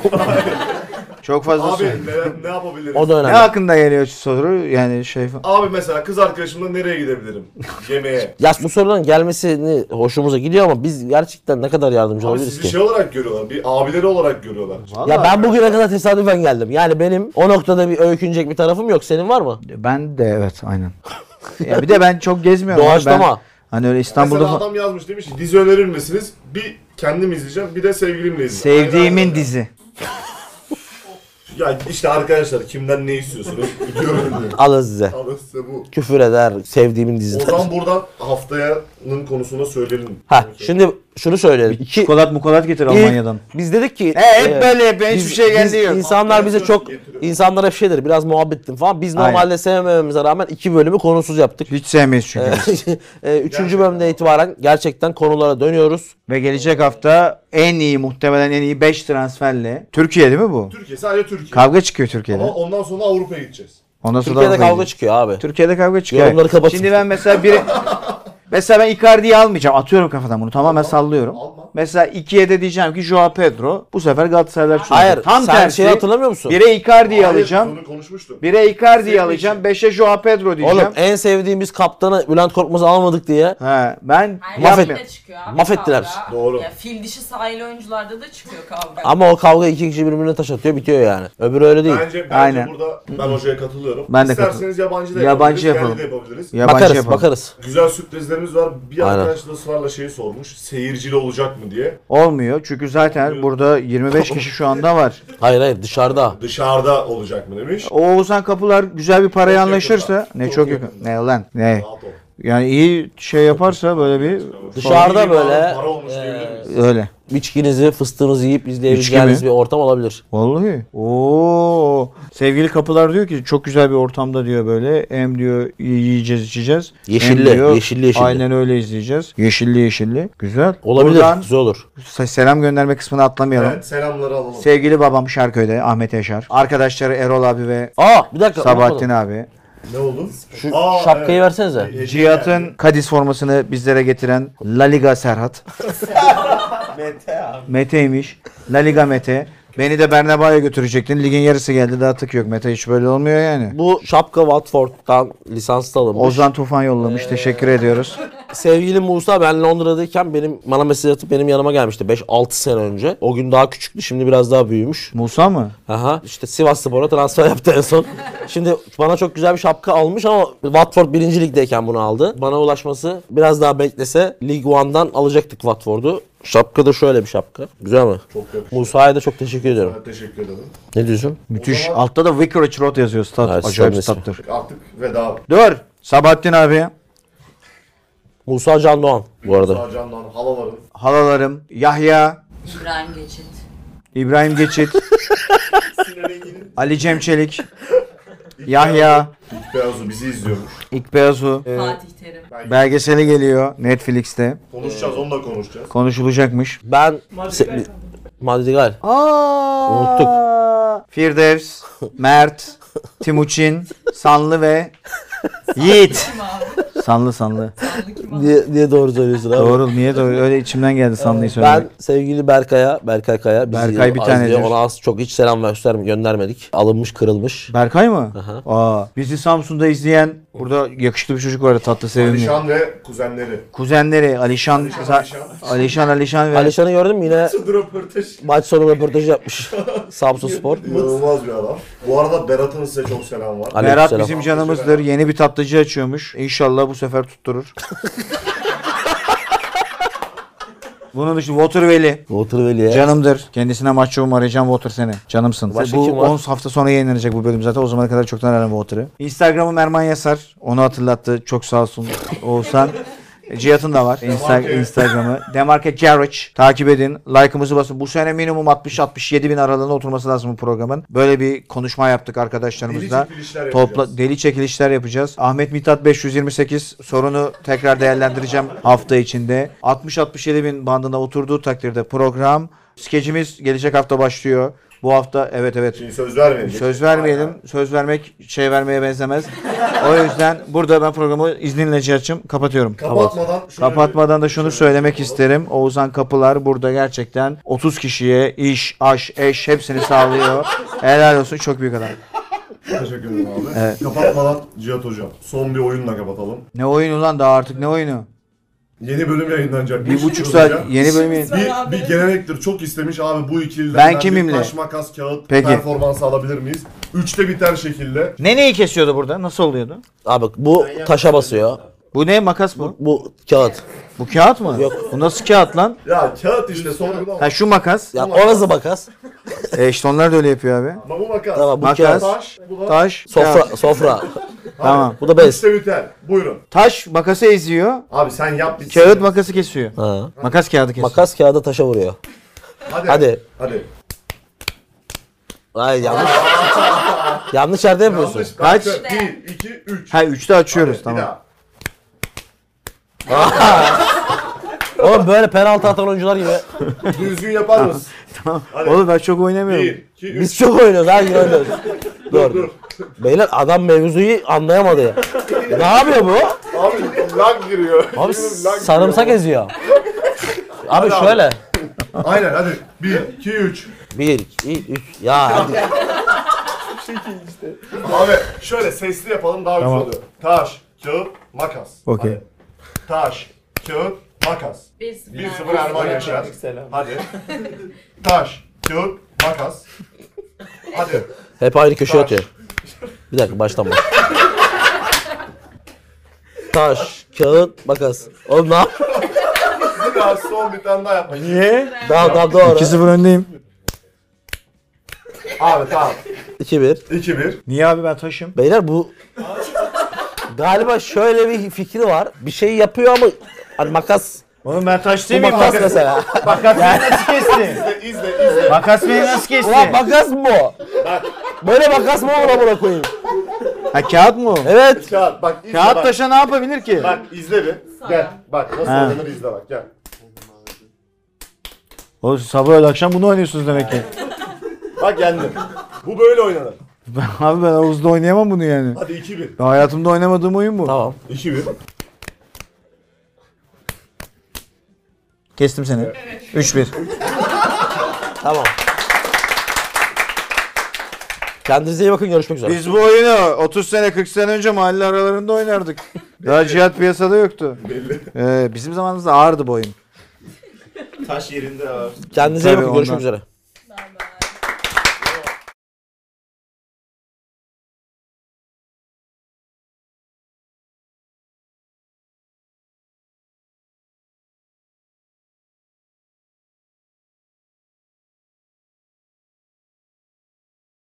S2: Çok fazla
S3: Abi
S2: söylüyor.
S3: neler- ne yapabiliriz?
S1: o da
S2: Ne
S1: önemli.
S2: hakkında geliyor şu soru? Yani şey falan.
S3: Abi mesela kız arkadaşımla nereye gidebilirim? Yemeğe.
S1: Ya bu soruların gelmesini hoşumuza gidiyor ama biz gerçekten ne kadar yardımcı
S3: Abi
S1: olabiliriz
S3: sizi
S1: ki?
S3: şey olarak görüyorlar. Bir abileri olarak görüyorlar.
S1: Ya ben bugüne kadar tesadüfen geldim. Yani benim o noktada bir öykünecek bir tarafım yok. Senin var mı?
S2: Ben de evet aynen. ya bir de ben çok gezmiyorum. abi.
S1: Doğaçlama.
S2: Ben, hani öyle İstanbul'da
S3: Mesela
S2: falan.
S3: adam yazmış demiş ki dizi önerir misiniz? Bir kendim izleyeceğim bir de sevgilimle izleyeceğim. Aynen
S2: Sevdiğimin
S3: öyle.
S2: dizi.
S3: Ya işte arkadaşlar kimden ne istiyorsunuz? Biliyorum diyor.
S1: Alın size.
S3: Abi size bu.
S1: Küfür eder sevdiğimin diziden.
S3: O zaman buradan haftaya'nın konusuna söyleyelim.
S1: Ha şimdi şunu söyleyelim. İki,
S2: Çikolat mukolat getir Almanya'dan.
S1: biz dedik ki
S2: E, hep böyle yapıyor, hiçbir şey geldi yok.
S1: İnsanlar bize çok insanlara bir şey der. Biraz muhabbetim falan. Biz normalde
S2: Aynen.
S1: sevmememize rağmen iki bölümü konusuz yaptık.
S2: Hiç sevmeyiz çünkü.
S1: Ee, Üçüncü bölümden itibaren gerçekten konulara dönüyoruz.
S2: Ve gelecek hafta en iyi muhtemelen en iyi 5 transferle. Türkiye değil mi bu?
S3: Türkiye sadece Türkiye.
S2: Kavga çıkıyor Türkiye'de.
S3: Ama ondan sonra Avrupa'ya gideceğiz.
S2: Ondan sonra
S1: Türkiye'de
S2: Avrupa'ya
S1: kavga
S2: gidiyor.
S1: çıkıyor abi.
S2: Türkiye'de kavga çıkıyor.
S1: Yorumları kapatın.
S2: Şimdi ben mesela biri mesela ben Icardi'yi almayacağım. Atıyorum kafadan bunu. Tamamen sallıyorum.
S3: Alma.
S2: Mesela 2'ye de diyeceğim ki Joao Pedro. Bu sefer Galatasaray
S1: Hayır. sen şeyi hatırlamıyor musun?
S2: 1'e Icardi'yi
S3: Hayır,
S2: alacağım.
S3: Bunu konuşmuştuk.
S2: 1'e Icardi'yi
S3: Sevdiğim
S2: alacağım. 5'e Joao Pedro diyeceğim.
S1: Oğlum en sevdiğimiz kaptanı Bülent Korkmaz'ı almadık diye.
S2: He, ben
S1: Mahvet-
S4: Her yerde
S2: yapmıyorum.
S4: de çıkıyor abi
S1: mahvettiler.
S4: kavga.
S3: Doğru.
S4: Ya fil dişi sahil oyuncularda da çıkıyor kavga.
S1: Ama o kavga iki kişi birbirine taş atıyor bitiyor yani. Öbürü öyle değil.
S3: Bence, bence
S2: Aynen.
S3: burada ben hocaya katılıyorum.
S2: Ben de
S3: İsterseniz yabancı da
S2: Yabancı
S3: yapabiliriz, yerli
S2: yapalım.
S3: de yapabiliriz.
S2: Yabancı
S1: Bakarız
S2: yapalım.
S1: bakarız.
S3: Güzel sürprizlerimiz dinleyicilerimiz var. Bir
S1: Aynen.
S3: arkadaş da ısrarla şeyi sormuş. Seyircili olacak mı diye.
S2: Olmuyor çünkü zaten burada 25 kişi şu anda var.
S1: Hayır hayır dışarıda.
S3: Dışarıda olacak mı demiş.
S2: O Oğuzhan Kapılar güzel bir paraya
S3: Çok yakın
S2: anlaşırsa
S3: lan.
S2: ne
S3: Çok
S2: çok yakın.
S3: yakın.
S2: Ne lan ne.
S3: Rahat ol.
S2: Yani iyi şey yaparsa böyle bir
S1: Dışarıda
S3: Para
S1: böyle
S3: olmuş diyebilir miyiz?
S2: öyle.
S1: içkinizi, fıstığınızı yiyip izleyebileceğiniz
S2: İçki
S1: bir ortam olabilir.
S2: Vallahi. Oo. Sevgili Kapılar diyor ki çok güzel bir ortamda diyor böyle. Hem diyor yiyeceğiz içeceğiz. Hem
S1: Yeşilli,
S2: diyor,
S1: yeşilli, yeşilli.
S2: Aynen öyle izleyeceğiz. Yeşilli yeşilli. Güzel.
S1: Olabilir,
S2: Buradan
S1: güzel olur.
S2: se- selam gönderme kısmını atlamayalım.
S3: Evet selamları alalım.
S2: Sevgili babam Şarköy'de Ahmet Yaşar. Arkadaşları Erol abi ve
S1: Aa bir dakika.
S2: Sabahattin
S1: unutmadım.
S2: abi.
S3: ne oldu?
S1: Şu şapkayı versenize.
S3: Hediye
S2: Cihat'ın Kadis formasını bizlere getiren La Liga Serhat.
S6: Mete abi.
S2: Mete'ymiş. La Liga Mete. Beni de Bernabéu'ya götürecektin. Ligin yarısı geldi daha tık yok. Mete hiç böyle olmuyor yani.
S1: Bu şapka Watford'dan lisanslı alınmış.
S2: Ozan Tufan
S6: Ee,
S2: yollamış. Teşekkür ediyoruz.
S1: Sevgili Musa ben Londra'dayken benim bana mesaj atıp benim yanıma gelmişti 5-6 sene önce. O gün daha küçüktü şimdi biraz daha büyümüş.
S2: Musa mı?
S1: Aha işte Sivas Spor'a transfer yaptı en son. Şimdi bana çok güzel bir şapka almış ama Watford birinci ligdeyken bunu aldı. Bana ulaşması biraz daha beklese League One'dan alacaktık Watford'u. Şapka da şöyle bir şapka. Güzel mi?
S3: Çok yakıştı.
S1: Musa'ya da çok teşekkür ediyorum.
S3: Ben teşekkür ederim.
S1: Ne diyorsun?
S2: Müthiş.
S3: zaman-
S2: Altta da Vicarage Road yazıyor. Stat.
S1: Evet,
S2: Acayip
S1: stadyum ismi.
S2: stattır.
S3: Artık veda.
S2: Dur. Sabahattin abi.
S1: Musa Can Doğan bu arada.
S3: Sağcan'dan halaların.
S2: Halalarım. Yahya.
S4: İbrahim Geçit.
S2: İbrahim Geçit. Ali Cem Çelik. Yahya.
S3: İlk beyazu bizi izliyormuş.
S2: İkbeazu.
S1: Ee,
S6: Ee,
S4: Fatih Terim.
S2: Belgeseli geliyor Netflix'te.
S3: Konuşacağız onunla konuşacağız.
S2: Konuşulacakmış.
S1: Ben Se- Madrigal. Unuttuk.
S2: Firdevs, Mert, Timuçin, Sanlı ve Yiğit.
S4: Kim abi?
S2: Sanlı Sanlı.
S4: Sanlı kim abi?
S1: Niye, niye doğru söylüyorsun abi?
S2: Doğru niye doğru öyle içimden geldi
S1: Ben
S2: Sanlı'yı söylemek.
S1: sevgili Berkay'a, Berkay Kaya, bizi
S2: Berkay bir
S1: az
S2: tane
S1: diye
S2: diyor.
S1: ona az çok hiç selam göster göndermedik. Alınmış, kırılmış.
S2: Berkay mı? Aa, bizi Samsun'da izleyen burada yakışıklı bir çocuk var tatlı sevimli.
S3: Alişan ve kuzenleri.
S2: Kuzenleri Alişan Alişan Alişan, ve
S1: Alişan'ı gördün mü yine maç sonu röportajı yapmış. Samsun Spor.
S3: İnanılmaz bir adam. Bu arada Berat'ın size çok selam var.
S1: Aleyküm
S2: Berat
S1: selam.
S2: bizim canımızdır. Yeni bir tatlıcı açıyormuş. İnşallah bu sefer tutturur. Bunun dışında Water Veli.
S1: Waterveli'ye.
S2: Canımdır. Kendisine mahcubum arayacağım Water seni. Canımsın.
S1: Başka
S2: bu
S1: kim var?
S2: 10 hafta sonra yayınlanacak bu bölüm zaten. O zamana kadar çoktan ararım Water'ı. Instagram'ım Erman Yasar. Onu hatırlattı. Çok sağ olsun Oğuzhan. E, Cihat'ın da var Insta-
S3: Demarke.
S2: Instagram'ı. Demarke Jarrich. Takip edin. Like'ımızı basın. Bu sene minimum 60-67 bin aralığına oturması lazım bu programın. Böyle bir konuşma yaptık arkadaşlarımızla.
S3: Deli çekilişler
S2: Topla,
S3: yapacağız.
S2: deli çekilişler yapacağız. Ahmet Mithat 528 sorunu tekrar değerlendireceğim hafta içinde. 60-67 bin bandına oturduğu takdirde program. Skecimiz gelecek hafta başlıyor. Bu hafta evet evet
S3: Şimdi söz vermeyin.
S2: söz vermeyelim. Söz vermek şey vermeye benzemez. o yüzden burada ben programı izninle Cihat'cığım kapatıyorum.
S3: Kapatmadan şöyle
S2: Kapatmadan da şunu
S3: şöyle
S2: söylemek
S3: bir-
S2: isterim. Oğuzhan Kapılar burada gerçekten 30 kişiye iş, aş, eş hepsini sağlıyor. Helal olsun çok büyük adam.
S3: Teşekkür ederim abi. Kapatmadan Cihat Hocam son bir oyunla kapatalım.
S2: Ne oyunu lan daha artık ne oyunu?
S3: Yeni bölüm yayınlanacak.
S2: Bir buçuk saat yeni bölümü.
S3: bir, bir gelenektir. Çok istemiş abi bu ikiliden
S2: Ben
S3: bir
S2: kimimle?
S3: taş makas kağıt
S2: Peki.
S3: performansı alabilir miyiz? Üçte biter şekilde.
S2: Ne neyi kesiyordu burada? Nasıl oluyordu?
S1: Abi bu taşa basıyor.
S2: Bu ne makas bu?
S1: Bu kağıt.
S2: Bu kağıt mı?
S1: Yok.
S2: Bu nasıl kağıt lan?
S3: Ya kağıt işte sorgulama.
S2: Ha şu makas.
S1: Ya orası makas.
S2: E işte onlar da öyle yapıyor abi.
S3: Ama bu makas.
S1: Tamam bu
S2: Makas.
S1: kağıt.
S3: Taş, bu da
S2: Taş, kağıt.
S1: Sofra, sofra.
S2: Tamam.
S1: Bu da bez.
S3: üçte biter. Buyurun.
S2: Taş makası eziyor.
S3: Abi sen yap bitsin.
S2: Kağıt makası kesiyor.
S1: Ha.
S2: Makas kağıdı kesiyor.
S1: Makas kağıda taşa vuruyor.
S3: Hadi.
S1: Hadi.
S3: Hadi.
S1: Hayır yanlış. yanlış yerde yapıyorsun.
S3: Yanlış.
S2: Kaç?
S3: Bir, iki, üç.
S2: ha üçte açıyoruz
S3: Bir
S2: tamam.
S3: daha.
S1: Oğlum böyle penaltı atan oyuncular gibi.
S3: Düzgün yapar mısın? Hadi.
S2: Oğlum ben çok oynamıyorum.
S3: Bir, iki, üç.
S1: Biz çok oynuyoruz her gün oynuyoruz.
S3: Dur
S1: Doğru.
S3: dur.
S1: Beyler adam mevzuyu anlayamadı ya. ne yapıyor bu?
S3: Abi lag giriyor.
S1: Abi
S3: Lag
S1: sarımsak
S3: giriyor.
S1: eziyor. Abi
S3: abi.
S1: şöyle.
S3: Aynen hadi. Bir, iki, üç.
S1: Bir, iki, üç. Ya hadi.
S3: Abi şöyle sesli yapalım daha güzel oluyor. Taş, kağıt, makas.
S2: Okey.
S3: Hadi. Taş, kağıt, makas. 1-0
S4: 1-0
S3: Erman Yaşar.
S6: Selam.
S3: Hadi. Taş, kağıt, makas. Hadi.
S1: Hep aynı köşeye
S3: Taş.
S1: atıyor. Bir dakika baştan bak. Taş, Kağıt makas. Oğlum ne yap?
S3: Bir daha son bir tane daha yapmayın.
S2: Niye?
S1: Tamam tamam doğru.
S2: 2-0 öndeyim.
S3: Abi tamam.
S1: 2-1.
S3: 2-1.
S2: Niye abi ben taşım?
S1: Beyler bu galiba şöyle bir fikri var. Bir şey yapıyor ama hani makas
S2: Oğlum ben taş
S1: bu
S2: değil miyim?
S1: makas mesela.
S2: Makas beni nasıl kesti?
S3: İzle izle izle.
S2: Makas beni nasıl
S1: Ulan
S2: kesti?
S1: makas mı bu? Böyle makas mı olur amına koyayım?
S2: Ha kağıt mı o?
S1: Evet.
S3: Kağıt bak izle
S2: Kağıt
S3: bak.
S2: taşa ne yapabilir ki?
S3: Bak izle bir. Gel. Bak nasıl
S2: Ha.
S3: oynanır izle bak gel.
S2: Oğlum sabah öyle akşam bunu oynuyorsunuz demek ki.
S3: Bak yendim. Bu böyle oynanır.
S2: Ben- abi ben havuzda oynayamam bunu yani.
S3: Hadi 2-1.
S2: Ben hayatımda oynamadığım oyun bu.
S1: Tamam.
S3: 2-1.
S2: Kestim seni. 3-1.
S1: Tamam. Kendinize iyi bakın görüşmek üzere.
S2: Biz bu oyunu 30 sene 40 sene önce mahalle aralarında oynardık. Daha cihat piyasada yoktu.
S3: Belli.
S2: Ee, bizim zamanımızda ağırdı bu oyun.
S6: Taş yerinde abi.
S1: Kendinize iyi
S2: Tabii
S1: bakın görüşmek
S2: ondan.
S1: üzere.